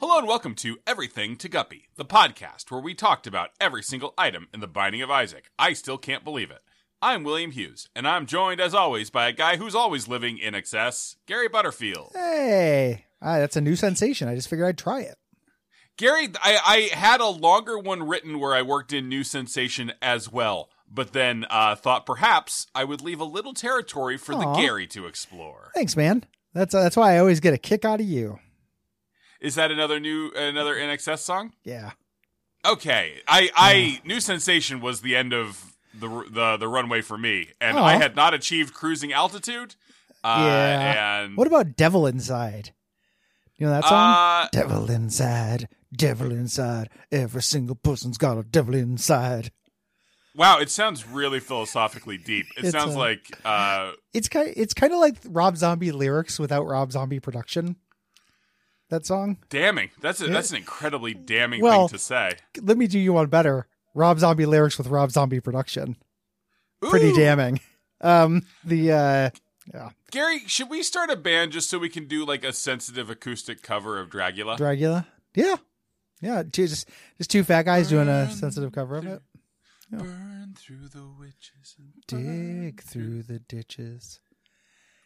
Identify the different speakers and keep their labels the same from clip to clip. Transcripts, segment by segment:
Speaker 1: Hello and welcome to Everything to Guppy, the podcast where we talked about every single item in The Binding of Isaac. I still can't believe it. I'm William Hughes, and I'm joined, as always, by a guy who's always living in excess, Gary Butterfield.
Speaker 2: Hey, ah, that's a new sensation. I just figured I'd try it.
Speaker 1: Gary, I, I had a longer one written where I worked in New Sensation as well, but then uh, thought perhaps I would leave a little territory for
Speaker 2: Aw.
Speaker 1: the Gary to explore.
Speaker 2: Thanks, man. That's uh, that's why I always get a kick out of you.
Speaker 1: Is that another new another NXS song?
Speaker 2: Yeah.
Speaker 1: Okay, I I new sensation was the end of the r- the the runway for me, and
Speaker 2: Aw.
Speaker 1: I had not achieved cruising altitude. Uh,
Speaker 2: Yeah.
Speaker 1: And
Speaker 2: What about Devil Inside? You know that song?
Speaker 1: uh,
Speaker 2: devil Inside, Devil Inside. Every single person's got a devil inside.
Speaker 1: wow, it sounds really philosophically deep. It
Speaker 2: It's,
Speaker 1: sounds
Speaker 2: uh,
Speaker 1: like uh,
Speaker 2: It's kind it's kind of like Rob Zombie lyrics without Rob Zombie production. That song.
Speaker 1: damning. That's a, that's an incredibly damning
Speaker 2: Well-
Speaker 1: thing to say.
Speaker 2: Let me do you one better. Rob Zombie lyrics with Rob Zombie production. Pretty
Speaker 1: Ooh,
Speaker 2: damning. Um the uh
Speaker 1: Gary, should we start a band just so we can do like a sensitive acoustic cover of Dracula?
Speaker 2: Dracula. Yeah. Yeah, two, just just two fat guys doing a sensitive cover of it. yeah.
Speaker 1: Burn through the witches and burn
Speaker 2: Dig through the ditches.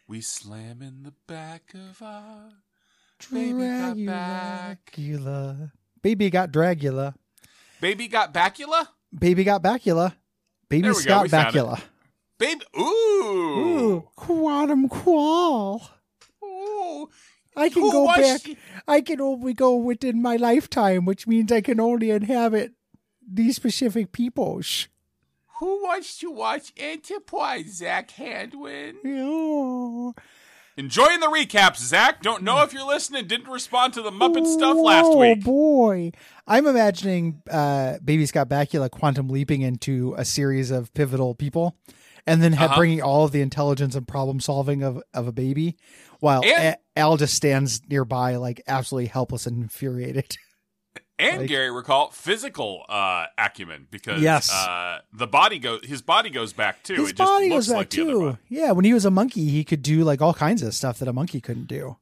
Speaker 1: We slam in the back of our Baby got back.
Speaker 2: Dracula. Baby got Dracula.
Speaker 1: baby got bacula.
Speaker 2: Baby got Bacula. Baby
Speaker 1: There we go,
Speaker 2: Scott
Speaker 1: we found it.
Speaker 2: Bacula.
Speaker 1: Baby,
Speaker 2: Ooh,
Speaker 1: ooh,
Speaker 2: quantum qual.
Speaker 1: ooh.
Speaker 2: I can
Speaker 1: Who
Speaker 2: go
Speaker 1: was
Speaker 2: back.
Speaker 1: she?
Speaker 2: I can only go within my lifetime, which means I can only inhabit these specific people. Shh.
Speaker 1: Who wants to watch Enterprise, Zach Handwin?
Speaker 2: Ew.
Speaker 1: Enjoying the recaps, Zach. Don't know if you're listening. Didn't respond to the Muppet stuff
Speaker 2: Whoa,
Speaker 1: last week.
Speaker 2: boy. I'm imagining uh, Baby Scott Bakula quantum leaping into a series of pivotal people and then ha-
Speaker 1: Uh-huh.
Speaker 2: bringing all of the intelligence and problem solving of, of a baby while
Speaker 1: And-
Speaker 2: A- Al just stands nearby, like absolutely helpless and infuriated.
Speaker 1: And
Speaker 2: Like-
Speaker 1: Gary recall physical uh, acumen because
Speaker 2: Yes.
Speaker 1: uh, the body goes. His body goes back too.
Speaker 2: His
Speaker 1: it just
Speaker 2: body
Speaker 1: looks
Speaker 2: was that
Speaker 1: like the other
Speaker 2: too.
Speaker 1: body.
Speaker 2: Yeah, when he was a monkey, he could do like all kinds of stuff that a monkey couldn't do.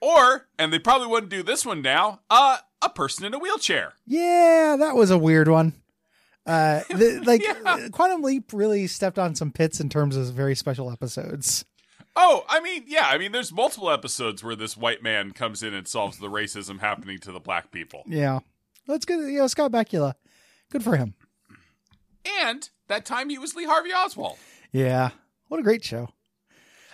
Speaker 1: Or, and they probably wouldn't do this one now. Uh, a person in a wheelchair.
Speaker 2: Yeah, that was a weird one. Uh, the, like
Speaker 1: Yeah.
Speaker 2: Quantum Leap really stepped on some pits in terms of very special episodes.
Speaker 1: Oh, I mean, yeah, I mean, there's multiple episodes where this white man comes in and solves the racism happening to the black people.
Speaker 2: Yeah. That's good. You know, Scott Bakula. Good for him.
Speaker 1: And that time he was Lee Harvey Oswald.
Speaker 2: Yeah. What a great show.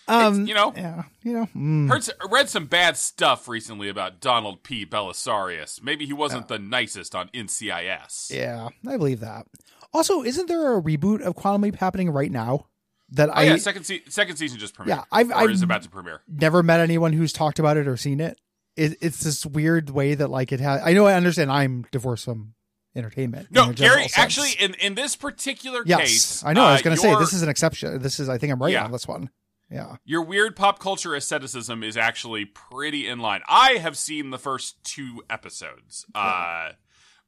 Speaker 2: Um,
Speaker 1: It's- you know.
Speaker 2: yeah, you know, mm.
Speaker 1: Heard, s- read some bad stuff recently about Donald P. Belisarius. Maybe he wasn't the nicest on NCIS.
Speaker 2: yeah, I believe that. Also, isn't there a reboot of Quantum Leap happening right now that
Speaker 1: Oh,
Speaker 2: I
Speaker 1: yeah, second, se- second season just premiered.
Speaker 2: Yeah, I've-
Speaker 1: or
Speaker 2: I've-
Speaker 1: is about to premiere.
Speaker 2: never met anyone who's talked about it or seen it? it it's this weird way that like it has. I know I understand. I'm divorced from entertainment. in
Speaker 1: No,
Speaker 2: a general
Speaker 1: Gary,
Speaker 2: sense.
Speaker 1: actually, in, in this particular
Speaker 2: yes,
Speaker 1: case.
Speaker 2: I know. I was
Speaker 1: uh,
Speaker 2: going to say
Speaker 1: your-
Speaker 2: this is an exception. This is, I think, I'm right
Speaker 1: Yeah.
Speaker 2: on this one. Yeah,
Speaker 1: Your weird pop culture aestheticism is actually pretty in line. I have seen the first two episodes, uh,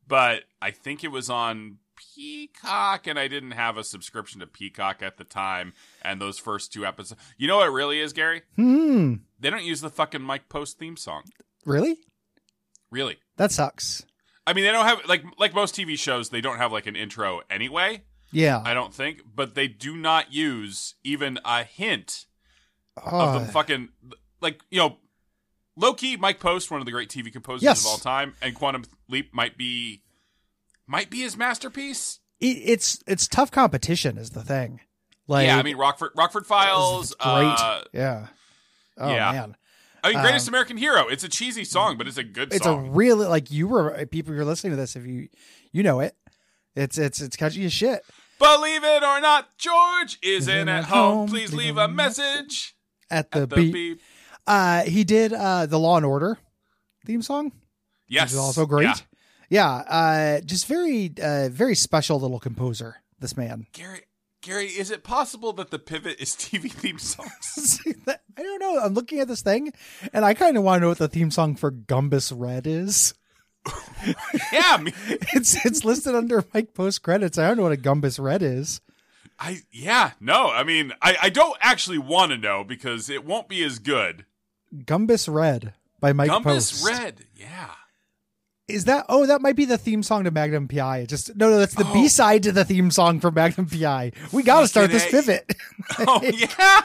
Speaker 1: but I think it was on Peacock, and I didn't have a subscription to Peacock at the time. And those first two episodes, you know what it really is, Gary?
Speaker 2: hmm,
Speaker 1: They don't use the fucking Mike Post theme song.
Speaker 2: really?
Speaker 1: Really?
Speaker 2: That sucks.
Speaker 1: I mean, they don't have like like most TV shows. They don't have like an intro anyway.
Speaker 2: Yeah,
Speaker 1: I don't think, but they do not use even a hint of the
Speaker 2: Ugh.
Speaker 1: fucking like you know Loki Mike Post one of the great TV composers
Speaker 2: Yes.
Speaker 1: of all time and Quantum Leap might be might be his masterpiece.
Speaker 2: it, it's it's tough competition is the thing. Like
Speaker 1: yeah, I mean Rockford Rockford Files
Speaker 2: it's great.
Speaker 1: uh
Speaker 2: yeah. Oh
Speaker 1: yeah.
Speaker 2: man,
Speaker 1: I mean Greatest
Speaker 2: Um,
Speaker 1: American Hero. It's a cheesy song but it's a good
Speaker 2: it's
Speaker 1: song.
Speaker 2: a really like you were people you're listening to this if you you know it. It's it's it's catchy as shit.
Speaker 1: Believe it or not, George isn't,
Speaker 2: Isn't
Speaker 1: at home. Please leave a message
Speaker 2: At the,
Speaker 1: at the
Speaker 2: beat,
Speaker 1: beep.
Speaker 2: uh, he did uh the Law and Order theme song.
Speaker 1: Yes.
Speaker 2: which is also great.
Speaker 1: Yeah.
Speaker 2: Yeah, uh, just very uh very special little composer. This man.
Speaker 1: Gary Gary, is it possible that the pivot is TV theme songs?
Speaker 2: I don't know. I'm looking at this thing, and I kind of want to know what the theme song for Gumbus Red is.
Speaker 1: yeah, me-
Speaker 2: It's it's listed under Mike post credits. I don't know what a Gumbus Red is.
Speaker 1: I yeah no I mean I I don't actually want to know because it won't be as good.
Speaker 2: Gumbus Red by Mike
Speaker 1: Gumbus
Speaker 2: Post.
Speaker 1: Red yeah
Speaker 2: Is that oh that might be the theme song to Magnum PI? It just no no that's the
Speaker 1: Oh.
Speaker 2: B side to the theme song for Magnum PI. We got to start this
Speaker 1: Fucking A.
Speaker 2: pivot.
Speaker 1: Oh yeah.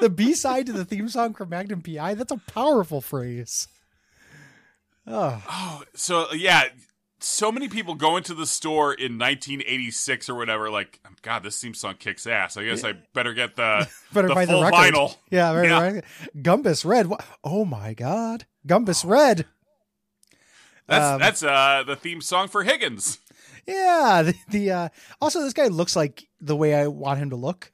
Speaker 2: the B side to the theme song for Magnum PI. That's a powerful phrase. Oh,
Speaker 1: Oh, so yeah, so many people go into the store in 1986 or whatever. Like, God, this theme song kicks ass. I guess I better get the
Speaker 2: better
Speaker 1: the
Speaker 2: buy the
Speaker 1: full
Speaker 2: record.
Speaker 1: vinyl.
Speaker 2: Yeah, right,
Speaker 1: Yeah.
Speaker 2: right. Gumbus Red. Wha- Oh my God, Gumbus Red.
Speaker 1: That's
Speaker 2: Um,
Speaker 1: that's uh the theme song for Higgins.
Speaker 2: Yeah. The, the uh, also this guy looks like the way I want him to look.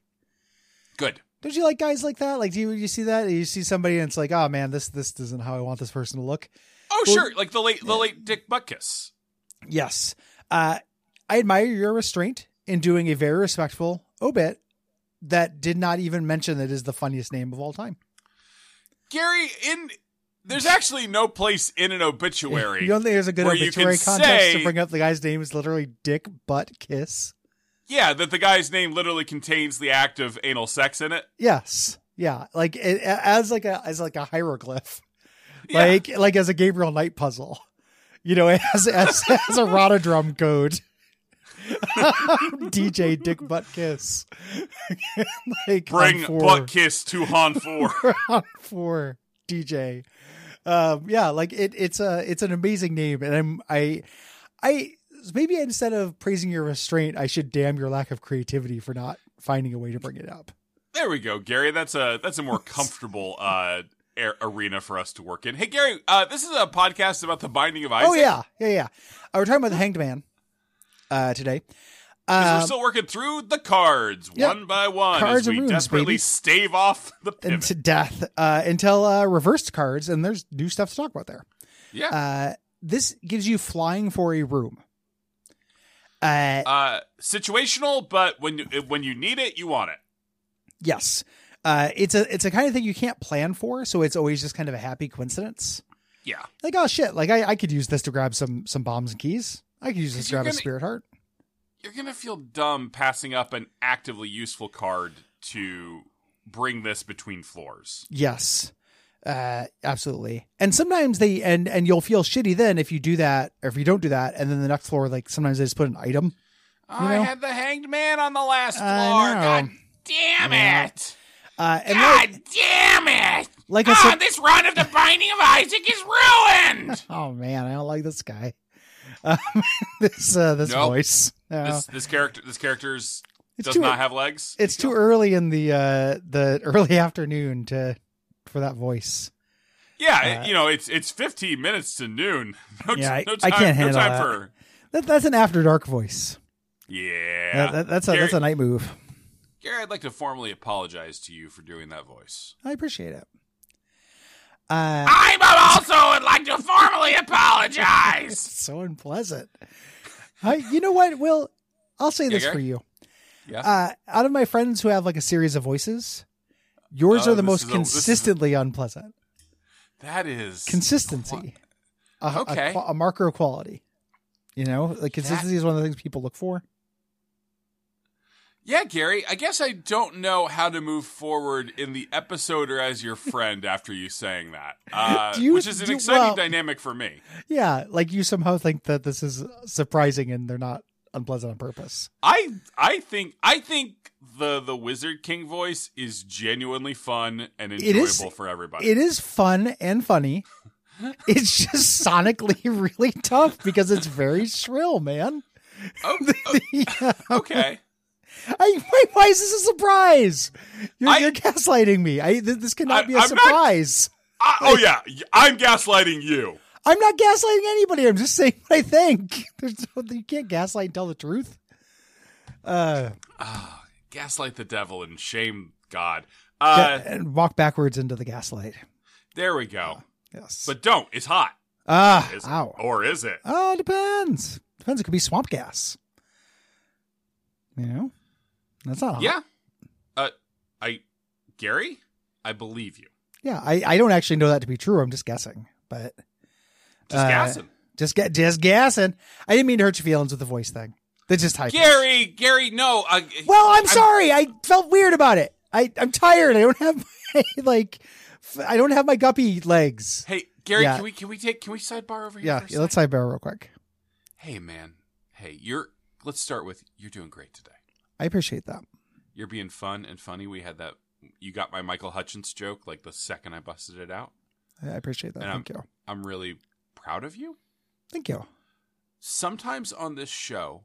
Speaker 1: Good.
Speaker 2: Don't you like guys like that? Like, do you you see that? You see somebody and it's like, oh man, this this isn't how I want this person to look.
Speaker 1: Oh
Speaker 2: Well-
Speaker 1: sure, like the late the late Dick Butkus.
Speaker 2: Yes. Uh, I admire your restraint in doing a very respectful obit that did not even mention that is the funniest name of all time.
Speaker 1: Gary in there's actually no place in an obituary.
Speaker 2: You don't think there's a good
Speaker 1: Where you
Speaker 2: obituary
Speaker 1: can
Speaker 2: context
Speaker 1: say-
Speaker 2: to bring up the guy's name is literally Dick Butt Kiss.
Speaker 1: yeah, that the guy's name literally contains the act of anal sex in it.
Speaker 2: Yes. Yeah. Like it, as like a as like a hieroglyph.
Speaker 1: Yeah.
Speaker 2: Like like as a Gabriel Knight puzzle. You know, as as as a Rotodrum code. DJ Dick Butt Kiss. like
Speaker 1: Bring
Speaker 2: I'm for-
Speaker 1: butt kiss to Han Four.
Speaker 2: round for DJ. Um, yeah, like it, it's a it's an amazing name, and I'm I I maybe instead of praising your restraint, I should damn your lack of creativity for not finding a way to bring it up.
Speaker 1: There we go, Gary. That's a that's a more comfortable uh air, arena for us to work in. Hey, Gary, uh, this is a podcast about the Binding of Isaac.
Speaker 2: oh yeah, yeah, yeah. Uh, we're talking about the Hanged Man uh, today.
Speaker 1: 'Cause we're
Speaker 2: Um,
Speaker 1: still working through the cards
Speaker 2: yeah.
Speaker 1: one by one
Speaker 2: Cards
Speaker 1: as we
Speaker 2: and runes,
Speaker 1: desperately
Speaker 2: baby.
Speaker 1: stave off the
Speaker 2: and
Speaker 1: pivot.
Speaker 2: to death uh, until uh, reversed cards, and there's new stuff to talk about there.
Speaker 1: yeah.
Speaker 2: Uh, this gives you flying for a room. Uh,
Speaker 1: Uh, situational, but when you, when you need it, you want it.
Speaker 2: Yes. Uh, it's a it's a kind of thing you can't plan for, so it's always just kind of a happy coincidence.
Speaker 1: Yeah.
Speaker 2: Like, oh shit, like I, I could use this to grab some some bombs and keys. I could use this to
Speaker 1: You're
Speaker 2: grab a
Speaker 1: gonna-
Speaker 2: spirit heart.
Speaker 1: You're gonna feel dumb passing up an actively useful card to bring this between floors.
Speaker 2: Yes. Uh absolutely. And sometimes they and and you'll feel shitty then if you do that or if you don't do that and then the next floor like sometimes they just put an item.
Speaker 1: I
Speaker 2: know-
Speaker 1: had the hanged man on the last floor.
Speaker 2: I know.
Speaker 1: God damn
Speaker 2: Yeah.
Speaker 1: it!
Speaker 2: Uh and like,
Speaker 1: God damn it!
Speaker 2: like I
Speaker 1: Ah,
Speaker 2: said
Speaker 1: this run of the Binding of Isaac is ruined.
Speaker 2: Oh man, I don't like this guy. Um, this uh this
Speaker 1: Nope.
Speaker 2: voice. No.
Speaker 1: this this character this character's
Speaker 2: It's
Speaker 1: does
Speaker 2: too-
Speaker 1: not have legs.
Speaker 2: it's too early in the uh the early afternoon to for that voice
Speaker 1: yeah,
Speaker 2: uh,
Speaker 1: it- you know it's it's 15 minutes to noon. No, t-
Speaker 2: Yeah, I-
Speaker 1: no
Speaker 2: I
Speaker 1: time,
Speaker 2: can't
Speaker 1: no
Speaker 2: handle
Speaker 1: time
Speaker 2: that.
Speaker 1: for
Speaker 2: that, that's an after dark voice
Speaker 1: yeah.
Speaker 2: That- that- that's a that's a night move
Speaker 1: Gary, I'd like to formally apologize to you for doing that voice.
Speaker 2: i appreciate it uh
Speaker 1: I also would like to formally apologize.
Speaker 2: so unpleasant I, you know what will i'll say
Speaker 1: Yeah,
Speaker 2: this
Speaker 1: Gary?
Speaker 2: for you
Speaker 1: Yeah.
Speaker 2: uh out of my friends who have like a series of voices yours
Speaker 1: Oh,
Speaker 2: are the
Speaker 1: this is
Speaker 2: most
Speaker 1: a- this is-
Speaker 2: consistently unpleasant
Speaker 1: that is
Speaker 2: consistency a, a
Speaker 1: Okay.
Speaker 2: qua- a, marker of quality you know like consistency is one of the things people look for
Speaker 1: Yeah, Gary, I guess I don't know how to move forward in the episode or as your friend after you saying that, uh,
Speaker 2: Do you-
Speaker 1: which is an
Speaker 2: do-
Speaker 1: exciting
Speaker 2: well-
Speaker 1: dynamic for me.
Speaker 2: Yeah, like you somehow think that this is surprising and they're not unpleasant on purpose.
Speaker 1: I I think I think the the Wizard King voice is genuinely fun and
Speaker 2: It
Speaker 1: enjoyable
Speaker 2: is-
Speaker 1: for everybody.
Speaker 2: It is fun and funny. It's just sonically really tough because it's very shrill, man.
Speaker 1: Oh,
Speaker 2: Yeah.
Speaker 1: okay,
Speaker 2: I, why, why is this a surprise? You're,
Speaker 1: I-
Speaker 2: you're gaslighting me. I, th- this cannot
Speaker 1: I-
Speaker 2: be a
Speaker 1: I'm not-
Speaker 2: surprise.
Speaker 1: I, oh yeah, I'm gaslighting you.
Speaker 2: I'm not gaslighting anybody. I'm just saying what I think. There's no, you can't gaslight and tell the truth. Uh,
Speaker 1: Ah, gaslight the devil and shame God. Uh,
Speaker 2: and walk backwards into the gaslight.
Speaker 1: There we go.
Speaker 2: Yes.
Speaker 1: But don't. It's hot.
Speaker 2: ah,
Speaker 1: Is,
Speaker 2: ow.
Speaker 1: Or is it?
Speaker 2: Oh, it depends. Depends. It could be swamp gas. You know, that's not. hot.
Speaker 1: Yeah. Uh, I, Gary, I believe you.
Speaker 2: yeah. I, I don't actually know that to be true. I'm just guessing, but
Speaker 1: Just
Speaker 2: Uh,
Speaker 1: gassing.
Speaker 2: just get just guessing. I didn't mean to hurt your feelings with the voice thing. That's just hype.
Speaker 1: Gary, Gary, no. Uh,
Speaker 2: Well, I'm sorry. I felt weird about it. I I'm tired. I don't have like f- I don't have my guppy legs.
Speaker 1: Hey, Gary,
Speaker 2: Yeah.
Speaker 1: can we can we take can we sidebar over here?
Speaker 2: Yeah,
Speaker 1: for a
Speaker 2: yeah let's
Speaker 1: sec?
Speaker 2: sidebar real quick.
Speaker 1: Hey, man. Hey, you're. Let's start with you're doing great today.
Speaker 2: I appreciate that.
Speaker 1: You're being fun and funny. We had that. You got my Michael Hutchins joke like the second I busted it out.
Speaker 2: I appreciate that.
Speaker 1: And
Speaker 2: Thank you.
Speaker 1: I'm really proud of you.
Speaker 2: Thank you.
Speaker 1: sometimes on this show,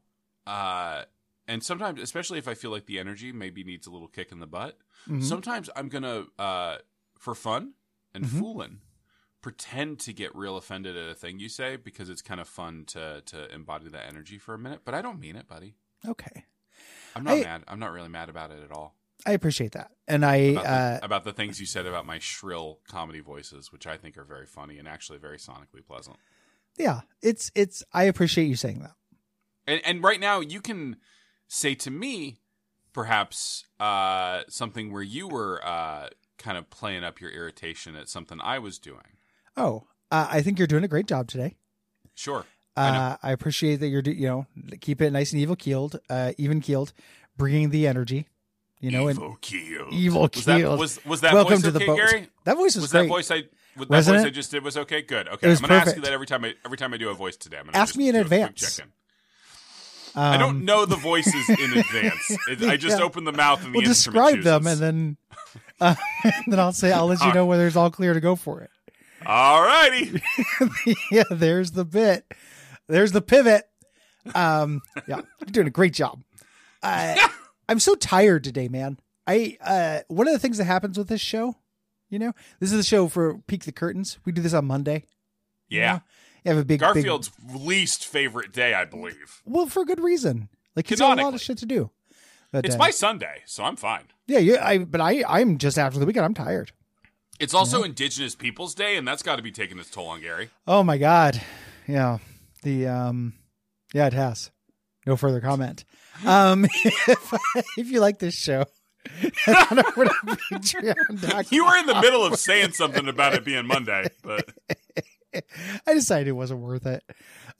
Speaker 1: uh, and sometimes, especially if I feel like the energy maybe needs a little kick in the butt,
Speaker 2: Mhm.
Speaker 1: sometimes I'm gonna, uh, for fun and
Speaker 2: Mhm.
Speaker 1: fooling, pretend to get real offended at a thing you say because it's kind of fun to to embody that energy for a minute. But I don't mean it, buddy.
Speaker 2: okay.
Speaker 1: I'm not
Speaker 2: I-
Speaker 1: mad. I'm not really mad about it at all.
Speaker 2: I appreciate that. And I
Speaker 1: About,
Speaker 2: uh
Speaker 1: the, about the things you said about my shrill comedy voices, which I think are very funny and actually very sonically pleasant.
Speaker 2: yeah, it's it's I appreciate you saying that.
Speaker 1: And and right now you can say to me perhaps uh something where you were uh kind of playing up your irritation at something I was doing.
Speaker 2: Oh, uh, I think you're doing a great job today.
Speaker 1: Sure. I know.
Speaker 2: Uh, I appreciate that you're do, you know keep it nice and evil keeled, uh, even keeled, bringing the energy, you know, and
Speaker 1: keel.
Speaker 2: evil
Speaker 1: Was that
Speaker 2: keeled.
Speaker 1: was, was that
Speaker 2: Welcome
Speaker 1: voice
Speaker 2: to the
Speaker 1: okay,
Speaker 2: boat.
Speaker 1: Gary?
Speaker 2: That voice
Speaker 1: Was,
Speaker 2: was,
Speaker 1: that
Speaker 2: great.
Speaker 1: voice I with that
Speaker 2: Wasn't
Speaker 1: voice
Speaker 2: it?
Speaker 1: I just did was okay? Good. Okay.
Speaker 2: It was
Speaker 1: I'm gonna ask you
Speaker 2: perfect.
Speaker 1: that every time I every time I do a voice today. I'm gonna
Speaker 2: Ask
Speaker 1: just
Speaker 2: me in
Speaker 1: do a quick
Speaker 2: advance.
Speaker 1: check-in. I don't
Speaker 2: Um,
Speaker 1: know the voices in advance. It, I just
Speaker 2: Yeah.
Speaker 1: open the mouth and the
Speaker 2: We'll
Speaker 1: instrument
Speaker 2: describe them,
Speaker 1: chooses.
Speaker 2: and then uh, then I'll say I'll let you
Speaker 1: All
Speaker 2: know whether it's all clear to go for it.
Speaker 1: All righty.
Speaker 2: yeah, there's the bit. There's the pivot. Um, yeah, you're doing a great job. Uh, I'm so tired today, man. I uh, one of the things that happens with this show, you know, this is the show for Peek the Curtains. We do this on Monday. you
Speaker 1: Yeah.
Speaker 2: know? You have a big big-
Speaker 1: Garfield's least favorite day, I believe.
Speaker 2: well, for good reason. Like he's got a lot
Speaker 1: Canonically.
Speaker 2: of shit to do. But,
Speaker 1: It's
Speaker 2: uh,
Speaker 1: my Sunday, so I'm fine.
Speaker 2: yeah, yeah. I but I I'm just after the weekend. I'm tired.
Speaker 1: It's also Indigenous Peoples Day, and that's got to be taking its toll on Gary.
Speaker 2: Oh my god. Yeah. The um yeah, it has. No further comment. Um if, if you like this show, head on over to patreon.com.
Speaker 1: You were in the middle of saying something about it being Monday, but
Speaker 2: I decided it wasn't worth it.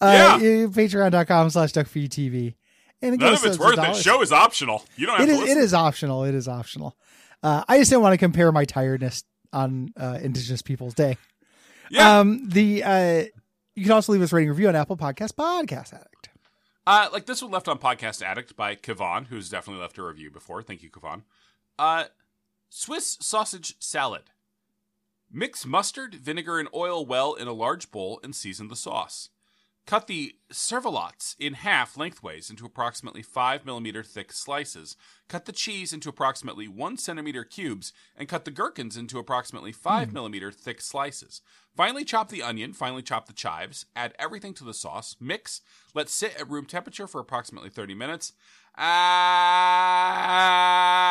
Speaker 1: Yeah.
Speaker 2: Uh, yeah. Patreon.com slash duckfeedtv. And it
Speaker 1: none
Speaker 2: goes
Speaker 1: of it's
Speaker 2: to
Speaker 1: worth it.
Speaker 2: dollars.
Speaker 1: Show is optional. You don't have
Speaker 2: It
Speaker 1: to
Speaker 2: is, it
Speaker 1: listen.
Speaker 2: is optional. It is optional. Uh, I just didn't want to compare my tiredness on uh, Indigenous Peoples Day.
Speaker 1: Yeah.
Speaker 2: Um, the uh, you can also leave us a rating review on Apple Podcast Podcast Addict.
Speaker 1: Uh, like this one left on Podcast Addict by Kavan, who's definitely left a review before. Thank you, Kavan. Uh, Swiss sausage salad. Mix mustard, vinegar, and oil well in a large bowl and season the sauce. Cut the servalots in half lengthways into approximately 5 millimeter thick slices. Cut the cheese into approximately 1 centimeter cubes and cut the gherkins into approximately 5 millimeter thick slices. Finally, chop the onion, finally, chop the chives, add everything to the sauce, mix, let sit at room temperature for approximately 30 minutes.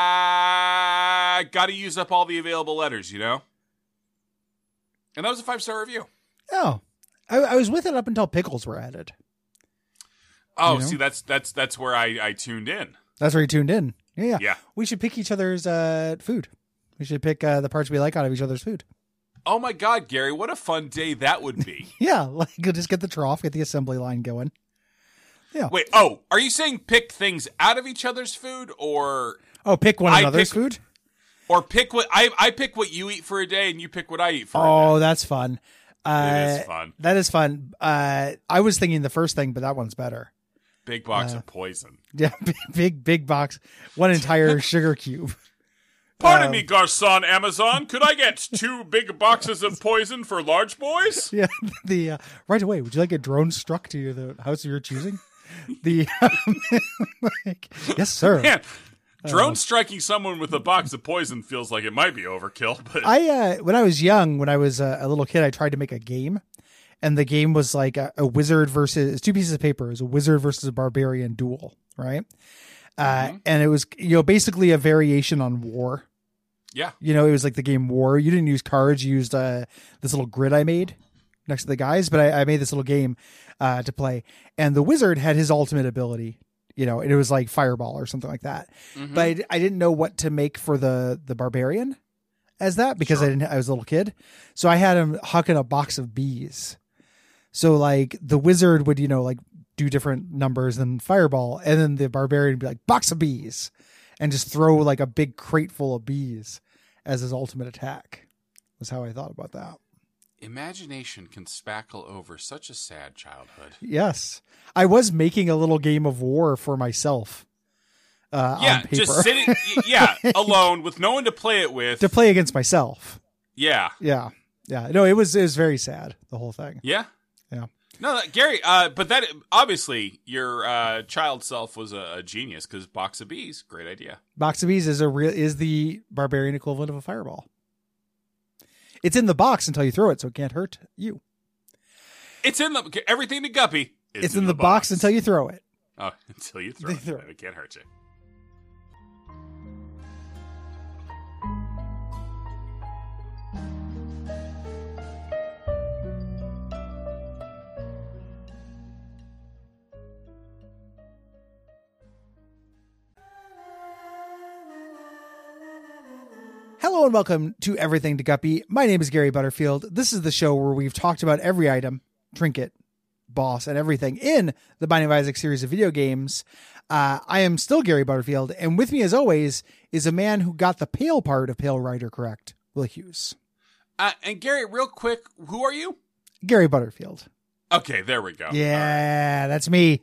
Speaker 1: Ah, gotta use up all the available letters, you know? And that was a five star review.
Speaker 2: Oh, I, I was with it up until pickles were added.
Speaker 1: Oh,
Speaker 2: You know?
Speaker 1: see, that's that's that's where I I tuned in.
Speaker 2: That's where you tuned in. Yeah, yeah.
Speaker 1: Yeah.
Speaker 2: We should pick each other's uh, food. We should pick uh, the parts we like out of each other's food.
Speaker 1: Oh my God, Gary, what a fun day that would be.
Speaker 2: Yeah, like you'll just get the trough, get the assembly line going.
Speaker 1: Wait, oh, are you saying pick things out of each other's food or
Speaker 2: Oh, pick one
Speaker 1: I
Speaker 2: another's
Speaker 1: pick-
Speaker 2: food.
Speaker 1: or pick what I I pick what you eat for a day and you pick what I eat for a day.
Speaker 2: Oh, that's fun. Uh,
Speaker 1: It is fun.
Speaker 2: That is fun. Uh, I was thinking the first thing, but that one's better.
Speaker 1: Big box
Speaker 2: uh,
Speaker 1: of poison.
Speaker 2: Yeah, big, big, big box, one entire sugar cube.
Speaker 1: Pardon
Speaker 2: um,
Speaker 1: me, Garcon Amazon. Could I get two big boxes of poison for large boys?
Speaker 2: Yeah, the uh, right away. Would you like a drone struck to your, the house of your choosing? The like, yes, sir.
Speaker 1: Man,
Speaker 2: Uh,
Speaker 1: drone striking someone with a box of poison feels like it might be overkill, but
Speaker 2: I uh, when I was young, when I was a, a little kid, I tried to make a game, and the game was like a, a wizard versus it's two pieces of paper. It was a wizard versus a barbarian duel, right? Uh, And it was you know basically a variation on war.
Speaker 1: yeah.
Speaker 2: You know, it was like the game War. You didn't use cards; you used uh, this little grid I made next to the guys. But I, I made this little game uh, to play, and the wizard had his ultimate ability. You know, and it was like fireball or something like that.
Speaker 1: Mm-hmm.
Speaker 2: But I, d- I didn't know what to make for the the barbarian as that because I
Speaker 1: Sure.
Speaker 2: didn't. I was a little kid, so I had him hucking a box of bees. So like the wizard would you know like do different numbers than fireball, and then the barbarian would be like box of bees, and just throw like a big crate full of bees as his ultimate attack. It was how I thought about that.
Speaker 1: Imagination can spackle over such a sad childhood.
Speaker 2: Yes, I was making a little game of war for myself. Uh, on
Speaker 1: yeah,
Speaker 2: paper.
Speaker 1: just sitting, y- yeah, alone with no one to play it with.
Speaker 2: to play against myself.
Speaker 1: yeah,
Speaker 2: Yeah, yeah. No, it was it was very sad. The whole thing.
Speaker 1: yeah,
Speaker 2: Yeah.
Speaker 1: No, that, Gary. Uh, but that obviously your uh, child self was a, a genius because box of bees, great idea.
Speaker 2: Box of bees is a real is the barbarian equivalent of a fireball. It's in the box until you throw it, so it can't hurt you.
Speaker 1: It's in the everything to Guppy.
Speaker 2: It's, in, the, box. until you throw it.
Speaker 1: oh, until you throw
Speaker 2: They
Speaker 1: it.
Speaker 2: throw
Speaker 1: Then It can't hurt you.
Speaker 2: Hello and welcome to Everything to Guppy. My name is Gary Butterfield. This is the show where we've talked about every item, trinket, boss, and everything in the Binding of Isaac series of video games. Uh, I am still Gary Butterfield, and with me, as always, is a man who got the pale part of Pale Rider correct, Will Hughes.
Speaker 1: Uh, and Gary, real quick, who are you?
Speaker 2: Gary Butterfield.
Speaker 1: Okay, there we go. Oh, All right.
Speaker 2: yeah, that's me.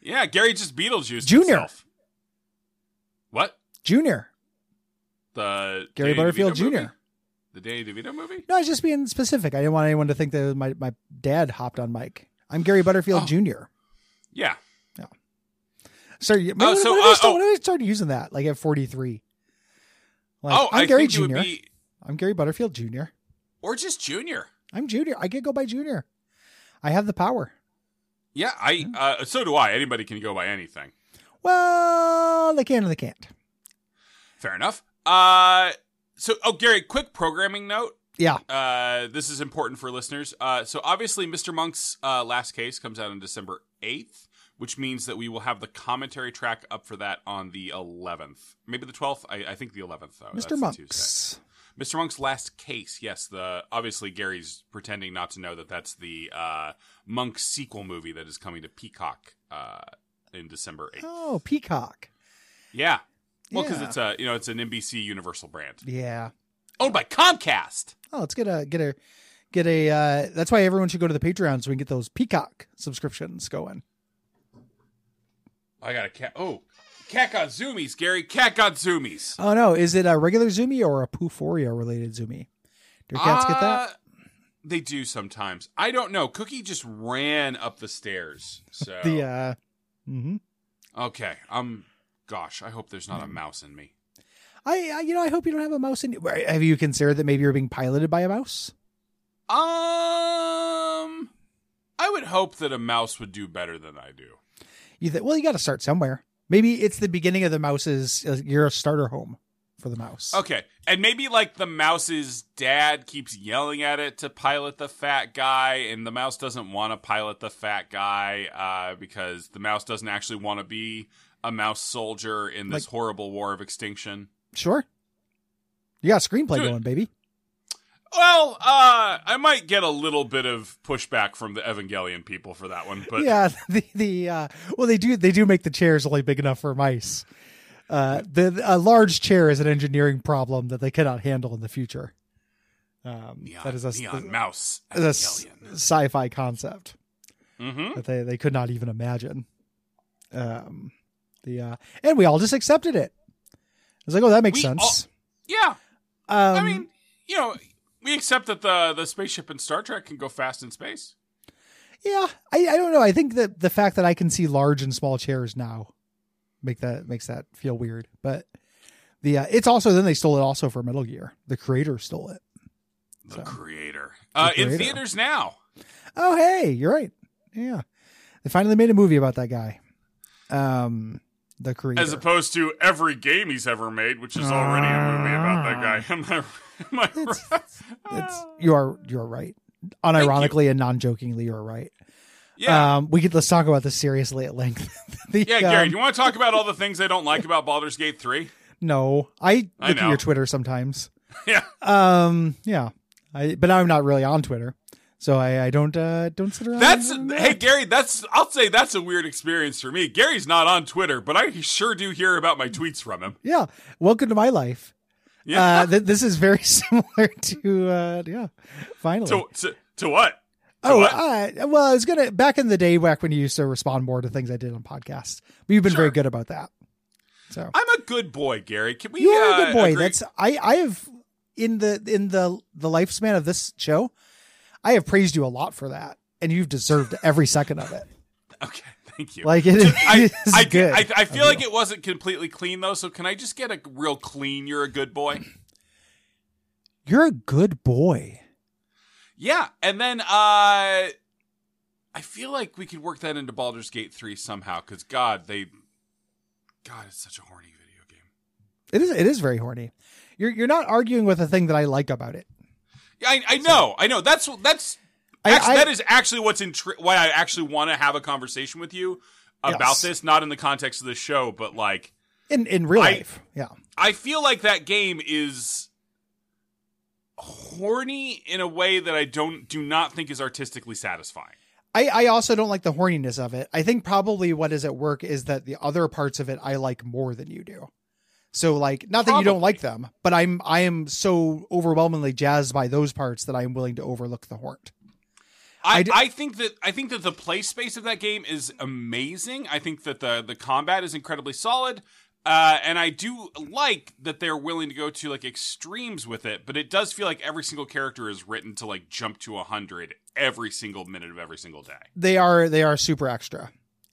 Speaker 1: yeah. Gary just Beetlejuice
Speaker 2: Junior.
Speaker 1: Himself. What
Speaker 2: Junior.
Speaker 1: the
Speaker 2: Gary
Speaker 1: Danny
Speaker 2: Butterfield
Speaker 1: DeVito
Speaker 2: Jr..
Speaker 1: movie? The Danny DeVito movie?
Speaker 2: No, I was just being specific. I didn't want anyone to think that my, my dad hopped on Mike. I'm Gary Butterfield
Speaker 1: Oh.
Speaker 2: Jr.
Speaker 1: Yeah.
Speaker 2: So you- maybe,
Speaker 1: so,
Speaker 2: when, did I
Speaker 1: uh,
Speaker 2: start,
Speaker 1: oh.
Speaker 2: when did I start using that? Like at 43. Like,
Speaker 1: oh,
Speaker 2: I'm
Speaker 1: I
Speaker 2: Gary
Speaker 1: think you
Speaker 2: Jr.
Speaker 1: would be
Speaker 2: I'm Gary Butterfield Jr.
Speaker 1: or just Junior.
Speaker 2: I'm Junior. I can go by Junior. I have the power.
Speaker 1: Yeah, I uh, so do I. Anybody can go by anything.
Speaker 2: Well, they can and they can't.
Speaker 1: Fair enough. Uh so oh Gary, quick programming note.
Speaker 2: Yeah.
Speaker 1: Uh this is important for listeners. Uh so obviously Mr. Monk's uh last case comes out on December 8th, which means that we will have the commentary track up for that on the 11th. Maybe the 12th. I, I think the 11th though. Oh, That's
Speaker 2: Mr.
Speaker 1: the Tuesday.
Speaker 2: Monks.
Speaker 1: Mr. Monk's last case. Yes, the obviously Gary's pretending not to know that that's the uh Monk sequel movie that is coming to Peacock uh in December 8th.
Speaker 2: Oh, Peacock.
Speaker 1: Yeah. Well, because
Speaker 2: Yeah.
Speaker 1: it's a you know it's an NBC Universal brand
Speaker 2: Yeah.
Speaker 1: owned by Comcast.
Speaker 2: Oh, let's get a get a get a. Uh, that's why everyone should go to the Patreon so we can get those Peacock subscriptions going.
Speaker 1: I got a cat. Oh, cat got zoomies, Gary. Cat got zoomies.
Speaker 2: Oh no, is it a regular Zoomy or a Puforia related Zoomy? Do your cats get that?
Speaker 1: Uh, They do sometimes. I don't know. Cookie just ran up the stairs. So
Speaker 2: The uh, hmm
Speaker 1: okay. Um, gosh, I hope there's not a mouse in me.
Speaker 2: I, I you know I hope you don't have a mouse in. Where- Have you considered that maybe you're being piloted by a mouse?
Speaker 1: Um, I would hope that a mouse would do better than I do.
Speaker 2: You think well, you got to start somewhere. Maybe it's the beginning of the mouse's. Uh, you're a starter home for the mouse.
Speaker 1: Okay. And maybe like the mouse's dad keeps yelling at it to pilot the fat guy, and the mouse doesn't want to pilot the fat guy uh, because the mouse doesn't actually want to be a mouse soldier in this
Speaker 2: Like-
Speaker 1: horrible war of extinction.
Speaker 2: Sure. You got a screenplay
Speaker 1: Dude.
Speaker 2: going, baby.
Speaker 1: Well, uh, I might get a little bit of pushback from the Evangelion people for that one, but
Speaker 2: yeah, the the uh, well, they do they do make the chairs only big enough for mice. Uh, the a large chair is an engineering problem that they cannot handle in the future. Um,
Speaker 1: neon,
Speaker 2: that is a,
Speaker 1: neon mouse
Speaker 2: a s-
Speaker 1: Evangelion.
Speaker 2: sci-fi concept
Speaker 1: Mm-hmm.
Speaker 2: that they, they could not even imagine. Um, the uh, and we all just accepted it. It's like, oh, that makes
Speaker 1: We
Speaker 2: sense.
Speaker 1: Yeah,
Speaker 2: um,
Speaker 1: I mean, you know, we accept that the the spaceship in Star Trek can go fast in space.
Speaker 2: yeah, I, I don't know. I think that the fact that I can see large and small chairs now make that makes that feel weird. But the uh, it's also then they stole it also for Metal Gear. The creator stole it.
Speaker 1: The
Speaker 2: So.
Speaker 1: creator. Uh, In
Speaker 2: creator.
Speaker 1: theaters now.
Speaker 2: Oh, hey, you're right. Yeah, they finally made a movie about that guy. Um, the creator.
Speaker 1: As opposed to every game he's ever made, which is already a movie about that guy. Am I, Uh, am I
Speaker 2: Ah. It's-
Speaker 1: right?
Speaker 2: it's you are you're right. Unironically and non-jokingly, you're right.
Speaker 1: yeah.
Speaker 2: Um, we could let's talk about this seriously at length. The,
Speaker 1: yeah, Gary,
Speaker 2: um,
Speaker 1: do you want to talk about all the things I don't like about Baldur's Gate 3?
Speaker 2: no, I
Speaker 1: I
Speaker 2: look at
Speaker 1: know.
Speaker 2: your Twitter sometimes.
Speaker 1: Yeah.
Speaker 2: Um, yeah, I but I'm not really on Twitter, so I, I don't uh don't sit around.
Speaker 1: That's
Speaker 2: and-
Speaker 1: hey Gary, that's I'll say that's a weird experience for me. Gary's not on Twitter, but I sure do hear about my tweets from him.
Speaker 2: yeah. Welcome to my life.
Speaker 1: Yeah.
Speaker 2: Uh, th- this is very similar to uh, yeah. Finally.
Speaker 1: to, to, to what?
Speaker 2: oh,
Speaker 1: what?
Speaker 2: uh, well, I was gonna back in the day back when you used to respond more to things I did on podcasts. But you've been very
Speaker 1: Sure.
Speaker 2: good about that. So
Speaker 1: I'm a good boy, Gary. Can we?
Speaker 2: you are a
Speaker 1: uh,
Speaker 2: good boy.
Speaker 1: agree-
Speaker 2: That's I. I have in the in the the lifespan of this show, I have praised you a lot for that, and you've deserved every second of it.
Speaker 1: okay. Thank you.
Speaker 2: Like it is
Speaker 1: I, I,
Speaker 2: good.
Speaker 1: I, I feel
Speaker 2: of
Speaker 1: like
Speaker 2: you.
Speaker 1: it wasn't completely clean though. So can I just get a real clean? You're a good boy.
Speaker 2: you're a good boy.
Speaker 1: Yeah, and then uh, I feel like we could work that into Baldur's Gate three somehow. Because God, they, God, it's such a horny video game.
Speaker 2: It is. It is very horny. You're you're not arguing with a thing that I like about it.
Speaker 1: Yeah, I, I know, I know. That's that's
Speaker 2: I-
Speaker 1: actually,
Speaker 2: I-
Speaker 1: that is actually what's intri- why I actually want to have a conversation with you about
Speaker 2: Yes.
Speaker 1: this, not in the context of the show, but like
Speaker 2: In in real
Speaker 1: I-
Speaker 2: life, yeah.
Speaker 1: I feel like that game is horny in a way that I don't do not think is artistically satisfying.
Speaker 2: I, I also don't like the horniness of it. I think probably what is at work is that the other parts of it I like more than you do. So like not that you don't
Speaker 1: Probably.
Speaker 2: like them, but I'm I am so overwhelmingly jazzed by those parts that I am willing to overlook the horn.
Speaker 1: I,
Speaker 2: I
Speaker 1: I
Speaker 2: d-
Speaker 1: think that I think that the play space of that game is amazing. I think that the the combat is incredibly solid. Uh, and I do like that they're willing to go to like extremes with it, but it does feel like every single character is written to like jump to a hundred every single minute of every single day.
Speaker 2: They are they are super extra.